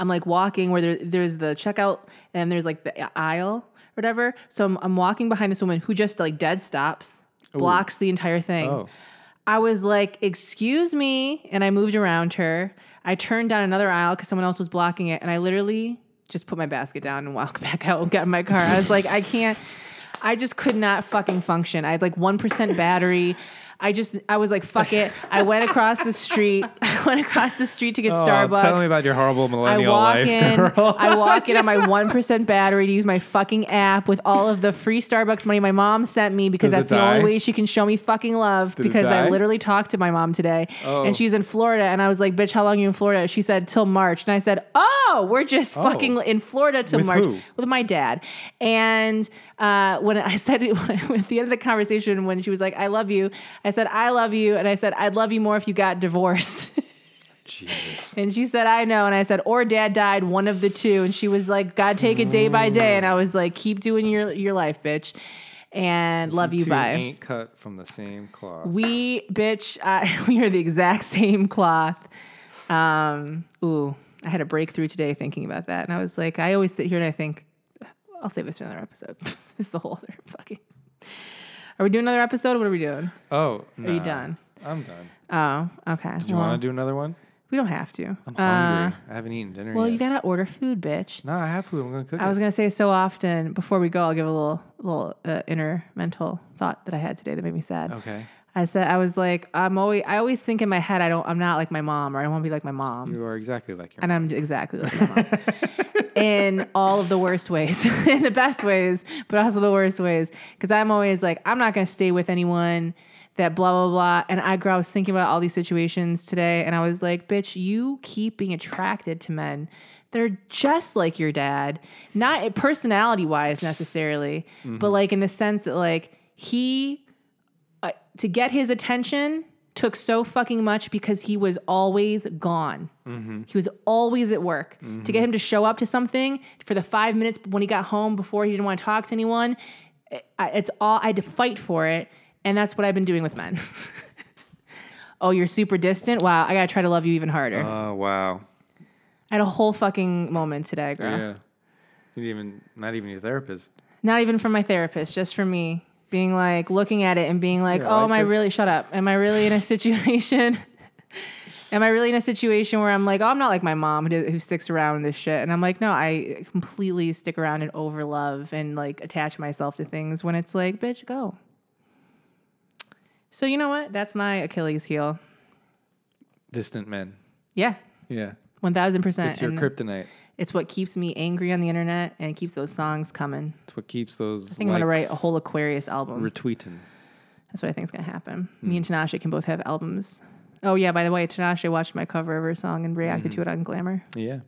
[SPEAKER 1] like walking where there, there's the checkout and there's like the aisle or whatever. So I'm, I'm walking behind this woman who just like dead stops, blocks the entire thing.
[SPEAKER 2] Oh.
[SPEAKER 1] I was like, excuse me. And I moved around her. I turned down another aisle because someone else was blocking it. And I literally just put my basket down and walked back out and got in my car. I was like, I can't, I just could not fucking function. I had like 1% battery. I just, I was like, fuck it. I went across the street. I went across the street to get
[SPEAKER 2] Oh,
[SPEAKER 1] Starbucks.
[SPEAKER 2] Tell me about your horrible
[SPEAKER 1] I
[SPEAKER 2] millennial
[SPEAKER 1] walk
[SPEAKER 2] life,
[SPEAKER 1] in.
[SPEAKER 2] girl.
[SPEAKER 1] I walk in on my one percent battery to use my fucking app with all of the free Starbucks money my mom sent me because
[SPEAKER 2] Does
[SPEAKER 1] that's
[SPEAKER 2] it
[SPEAKER 1] the only
[SPEAKER 2] die?
[SPEAKER 1] way she can show me fucking love.
[SPEAKER 2] it
[SPEAKER 1] because I
[SPEAKER 2] die?
[SPEAKER 1] literally talked to my mom today,
[SPEAKER 2] Oh.
[SPEAKER 1] and she's in Florida, and I was like, "Bitch, how long are you in Florida?" She said, "Till March," and I said, "Oh, we're just fucking in Florida till
[SPEAKER 2] With
[SPEAKER 1] March
[SPEAKER 2] who?
[SPEAKER 1] with my dad." And uh, when I said when I, at the end of the conversation, when she was like, "I love you," I said, "I love you," and I said, "I'd love you more if you got divorced."
[SPEAKER 2] Jesus.
[SPEAKER 1] And she said, I know. And I said, or dad died, one of the two. And she was like, God, take it day by day. And I was like, keep doing your, your life, bitch. And love you,
[SPEAKER 2] Two
[SPEAKER 1] bye.
[SPEAKER 2] ain't cut from the same cloth.
[SPEAKER 1] We, bitch, uh, we are the exact same cloth. Um, ooh, I had a breakthrough today thinking about that. And I was like, I always sit here and I think, I'll save this for another episode. this is the whole other fucking. Are we doing another episode? What are we doing?
[SPEAKER 2] Oh,
[SPEAKER 1] Are you
[SPEAKER 2] nah.
[SPEAKER 1] done?
[SPEAKER 2] I'm done.
[SPEAKER 1] Oh, okay.
[SPEAKER 2] Do you want to do another one?
[SPEAKER 1] we don't have to.
[SPEAKER 2] I'm
[SPEAKER 1] Uh,
[SPEAKER 2] hungry. I haven't eaten dinner
[SPEAKER 1] well,
[SPEAKER 2] yet.
[SPEAKER 1] you gotta order food, bitch.
[SPEAKER 2] no, I have food. I'm gonna cook.
[SPEAKER 1] I was
[SPEAKER 2] it.
[SPEAKER 1] gonna say so often before we go, I'll give a little little uh, inner mental thought that I had today that made me sad.
[SPEAKER 2] Okay.
[SPEAKER 1] I said I was like I'm always I always think in my head I don't I'm not like my mom or I don't want to be like my mom
[SPEAKER 2] You are exactly like your.
[SPEAKER 1] and I'm exactly like my mom in all of the worst ways, in the best ways, but also the worst ways. Because I'm always like, I'm not going to stay with anyone that blah blah blah. And I girl, I was thinking about all these situations today, and I was like, bitch, you keep being attracted to men. They're just like your dad, not personality wise necessarily, but like in the sense that like he uh, to get his attention took so fucking much because he was always gone. He was always at work. To get him to show up to something for the five minutes when he got home before he didn't want to talk to anyone, I- I, it's all I had to fight for it, and that's what I've been doing with men. oh, you're super distant. Wow, I gotta try to love you even harder.
[SPEAKER 2] Oh wow.
[SPEAKER 1] I had a whole fucking moment today, girl.
[SPEAKER 2] Yeah. You didn't even not even your therapist.
[SPEAKER 1] Not even from my therapist, just from me being like looking at it and being like,
[SPEAKER 2] Yeah,
[SPEAKER 1] "Oh,
[SPEAKER 2] like
[SPEAKER 1] am I
[SPEAKER 2] this-
[SPEAKER 1] really shut up? Am I really in a situation?" Am I really in a situation where I'm like, oh, I'm not like my mom who, who sticks around this shit? And I'm like, no, I completely stick around and overlove and like attach myself to things when it's like, bitch, go. So you know what? That's my Achilles heel.
[SPEAKER 2] Distant men.
[SPEAKER 1] Yeah,
[SPEAKER 2] Yeah.
[SPEAKER 1] one thousand percent.
[SPEAKER 2] It's your kryptonite.
[SPEAKER 1] It's what keeps me angry on the internet and keeps those songs coming.
[SPEAKER 2] It's what keeps those.
[SPEAKER 1] I think I'm gonna write a whole Aquarius album.
[SPEAKER 2] retweeting.
[SPEAKER 1] That's what I think is going to happen. Me and Tinashe can both have albums. Oh, yeah, by the way, Tinashe watched my cover of her song and reacted to it on Glamour.
[SPEAKER 2] Yeah.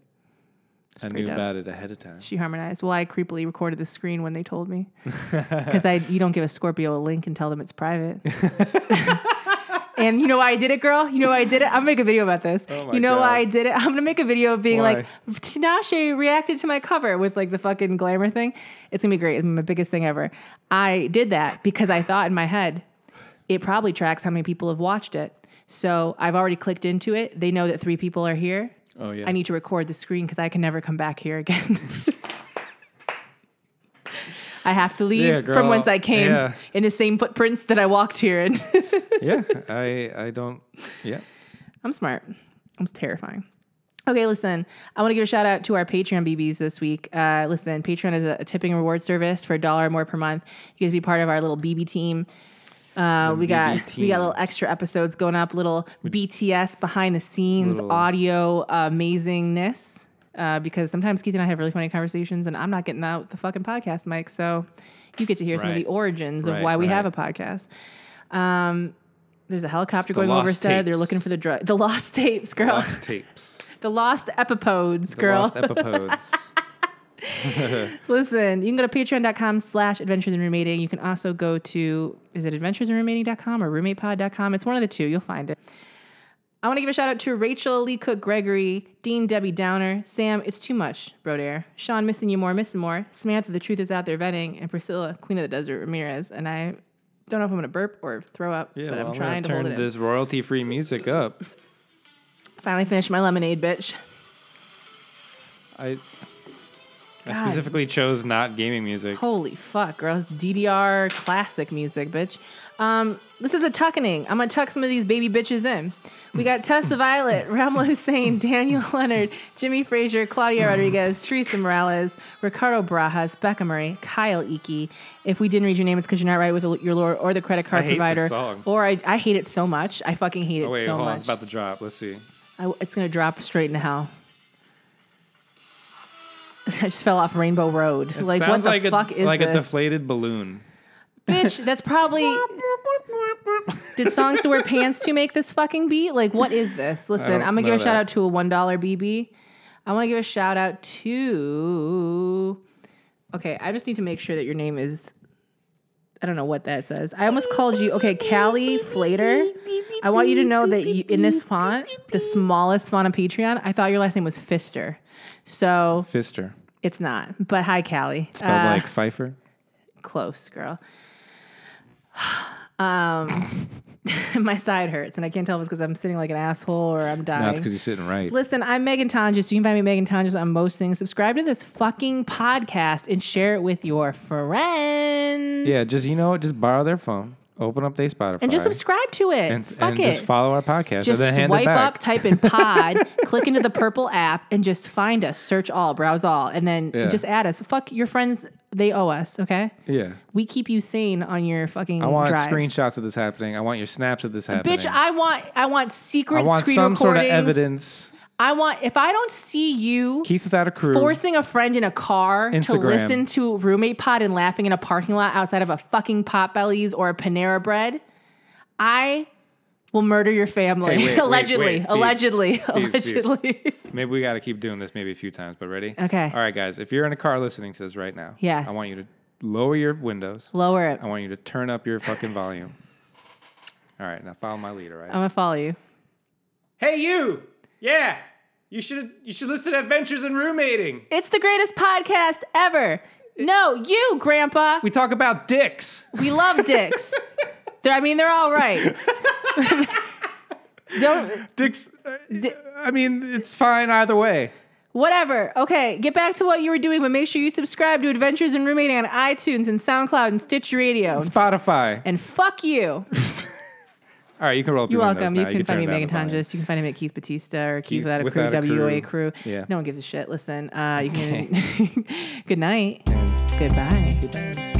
[SPEAKER 2] I
[SPEAKER 1] pretty
[SPEAKER 2] knew
[SPEAKER 1] dope.
[SPEAKER 2] about it ahead of time.
[SPEAKER 1] She harmonized. Well, I creepily recorded the screen when they told me because I you don't give a Scorpio a link and tell them it's private. and you know why I did it, girl? You know why I did it? I'm gonna make a video about this.
[SPEAKER 2] Oh my
[SPEAKER 1] you know why I
[SPEAKER 2] God.
[SPEAKER 1] did it? I'm gonna make a video of being like
[SPEAKER 2] Why?
[SPEAKER 1] Tinashe reacted to my cover with like the fucking glamour thing. It's gonna be great. It's my biggest thing ever. I did that because I thought in my head it probably tracks how many people have watched it. So I've already clicked into it. They know that three people are here.
[SPEAKER 2] Oh yeah.
[SPEAKER 1] I need to record the screen because I can never come back here again. I have to leave
[SPEAKER 2] Yeah,
[SPEAKER 1] from whence
[SPEAKER 2] girl.
[SPEAKER 1] I came
[SPEAKER 2] Yeah.
[SPEAKER 1] in the same footprints that I walked here in.
[SPEAKER 2] yeah. I I don't. Yeah.
[SPEAKER 1] I'm smart. I'm terrifying. Okay, listen, I want to give a shout out to our Patreon BBs this week. Uh, listen, Patreon is a, a tipping and reward service for a dollar or more per month. You guys be part of our little BB team. Uh, we got we
[SPEAKER 2] BB
[SPEAKER 1] got
[SPEAKER 2] team.
[SPEAKER 1] little extra episodes going up, little BTS behind the scenes
[SPEAKER 2] Little-
[SPEAKER 1] audio amazingness. Uh, because sometimes Keith and I have really funny conversations, and I'm not getting out the fucking podcast mic, so you get to hear some of
[SPEAKER 2] Right.
[SPEAKER 1] the origins of
[SPEAKER 2] Right,
[SPEAKER 1] why we
[SPEAKER 2] right.
[SPEAKER 1] have a podcast. Um, there's a helicopter
[SPEAKER 2] the
[SPEAKER 1] going over
[SPEAKER 2] lost
[SPEAKER 1] said They're
[SPEAKER 2] tapes.
[SPEAKER 1] looking for the drug, the lost tapes, girl,
[SPEAKER 2] Lost tapes.
[SPEAKER 1] the lost epipodes,
[SPEAKER 2] The
[SPEAKER 1] girl.
[SPEAKER 2] Lost epipodes.
[SPEAKER 1] Listen, you can go to patreon.com slash adventures in roommating. You can also go to, is it adventuresinroommating.com or roommatepod.com? It's one of the two. You'll find it. I want to give a shout out to Rachel Lee Cook Gregory, Dean Debbie Downer, Sam, It's Too Much, Brodair, Sean, Missing You More, Missing More, Samantha, The Truth Is Out There Vetting, and Priscilla, Queen of the Desert Ramirez. And I don't know if I'm going to burp or throw up,
[SPEAKER 2] Yeah.
[SPEAKER 1] but
[SPEAKER 2] well,
[SPEAKER 1] I'm
[SPEAKER 2] gonna
[SPEAKER 1] trying to
[SPEAKER 2] turn
[SPEAKER 1] hold it in.
[SPEAKER 2] this royalty-free music up.
[SPEAKER 1] Finally finished my lemonade, bitch.
[SPEAKER 2] I. I
[SPEAKER 1] God.
[SPEAKER 2] specifically chose not gaming music.
[SPEAKER 1] Holy fuck, girl. It's DDR classic music, bitch. Um, this is a tuckening. I'm gonna tuck some of these baby bitches in. We got Tessa Violet, Ramla Hussein, Daniel Leonard, Jimmy Frazier,
[SPEAKER 2] Mm.
[SPEAKER 1] Claudia Rodriguez, Teresa Morales, Ricardo Barajas, Becca Murray, Kyle Icky. If we didn't read your name, it's because you're not right with your lord or the credit card
[SPEAKER 2] I hate this
[SPEAKER 1] provider.
[SPEAKER 2] song.
[SPEAKER 1] Or I, I hate it so much. I fucking hate it
[SPEAKER 2] Oh wait,
[SPEAKER 1] so
[SPEAKER 2] hold on.
[SPEAKER 1] much.
[SPEAKER 2] It's about to drop. Let's see.
[SPEAKER 1] I, it's gonna drop straight into hell. I just fell off Rainbow Road. like what
[SPEAKER 2] Sounds
[SPEAKER 1] the
[SPEAKER 2] like a,
[SPEAKER 1] fuck is
[SPEAKER 2] like
[SPEAKER 1] this?
[SPEAKER 2] a deflated balloon.
[SPEAKER 1] Bitch, that's probably. Did songs to wear pants to make this fucking beat? Like, what is this? Listen,
[SPEAKER 2] don't
[SPEAKER 1] I'm gonna
[SPEAKER 2] know
[SPEAKER 1] give a shout
[SPEAKER 2] that.
[SPEAKER 1] out to a one dollar BB. I want to give a shout out to. Okay, I just need to make sure that your name is. I don't know what that says. I almost called you. Okay, Callie Flater. I want you to know that you, in this font, the smallest font on Patreon, I thought your last name was Fister. So
[SPEAKER 2] Fister.
[SPEAKER 1] it's not. But hi, Callie.
[SPEAKER 2] Spelled
[SPEAKER 1] Uh,
[SPEAKER 2] like Pfeiffer.
[SPEAKER 1] close, girl. Um, my side hurts, and I can't tell if it's because I'm sitting like an asshole or I'm
[SPEAKER 2] No, it's
[SPEAKER 1] dying.
[SPEAKER 2] because you're sitting right.
[SPEAKER 1] Listen, I'm Megan Tonjes. You can find me Megan Tonjes on most things. Subscribe to this fucking podcast and share it with your friends.
[SPEAKER 2] Yeah, just you know, what, just borrow their phone, open up their Spotify,
[SPEAKER 1] and just subscribe to it.
[SPEAKER 2] and,
[SPEAKER 1] Fuck
[SPEAKER 2] and
[SPEAKER 1] it.
[SPEAKER 2] just follow our podcast,
[SPEAKER 1] Just
[SPEAKER 2] and then hand it
[SPEAKER 1] swipe
[SPEAKER 2] back.
[SPEAKER 1] up, type in pod, click into the purple app, and just find us. Search all, browse all, and then
[SPEAKER 2] Yeah.
[SPEAKER 1] just add us. Fuck your friends; they owe us. Okay,
[SPEAKER 2] yeah,
[SPEAKER 1] we keep you sane on your fucking.
[SPEAKER 2] I want
[SPEAKER 1] drives.
[SPEAKER 2] screenshots of this happening. I want your snaps of this happening.
[SPEAKER 1] Bitch, I want I want secret
[SPEAKER 2] I want
[SPEAKER 1] screen
[SPEAKER 2] some sort of
[SPEAKER 1] recordings.
[SPEAKER 2] evidence.
[SPEAKER 1] I want if I don't see you
[SPEAKER 2] Keith without a crew.
[SPEAKER 1] forcing a friend in a car to
[SPEAKER 2] Instagram.
[SPEAKER 1] listen to roommate pod and laughing in a parking lot outside of a fucking Potbellies or a Panera Bread, I will murder your family.
[SPEAKER 2] Hey, wait, wait,
[SPEAKER 1] allegedly,
[SPEAKER 2] wait. Peace.
[SPEAKER 1] allegedly,
[SPEAKER 2] Peace, peace.
[SPEAKER 1] allegedly.
[SPEAKER 2] Maybe we got to keep doing this maybe a few times. But ready?
[SPEAKER 1] Okay.
[SPEAKER 2] All right, guys. If you're in a car listening to this right now,
[SPEAKER 1] Yes.
[SPEAKER 2] I want you to lower your windows.
[SPEAKER 1] Lower it.
[SPEAKER 2] I want you to turn up your fucking volume. All right, now follow my lead. All right.
[SPEAKER 1] I'm gonna follow you.
[SPEAKER 2] hey, you. Yeah. You should you should listen to Adventures in Roommating.
[SPEAKER 1] It's the greatest podcast ever. No, you, Grandpa.
[SPEAKER 2] We talk about dicks.
[SPEAKER 1] We love dicks. They're- I mean, they're all right. Don't
[SPEAKER 2] Dicks. uh, I mean, it's fine either way.
[SPEAKER 1] Whatever. Okay, get back to what you were doing, but make sure you subscribe to Adventures in Roommating on iTunes and SoundCloud and Stitcher Radio. And,
[SPEAKER 2] Spotify.
[SPEAKER 1] and fuck you.
[SPEAKER 2] All right, you can roll up
[SPEAKER 1] You're
[SPEAKER 2] your windows
[SPEAKER 1] welcome.
[SPEAKER 2] now.
[SPEAKER 1] You can find
[SPEAKER 2] turn
[SPEAKER 1] me Megan
[SPEAKER 2] down the volume.
[SPEAKER 1] Tonjes. You can find him at Keith Batista or Keith,
[SPEAKER 2] Keith
[SPEAKER 1] Without a
[SPEAKER 2] Without a
[SPEAKER 1] Crew, WA Crew.
[SPEAKER 2] Crew. Yeah.
[SPEAKER 1] No one gives a shit. Listen, uh, you can. good night. Goodbye.
[SPEAKER 2] Goodbye.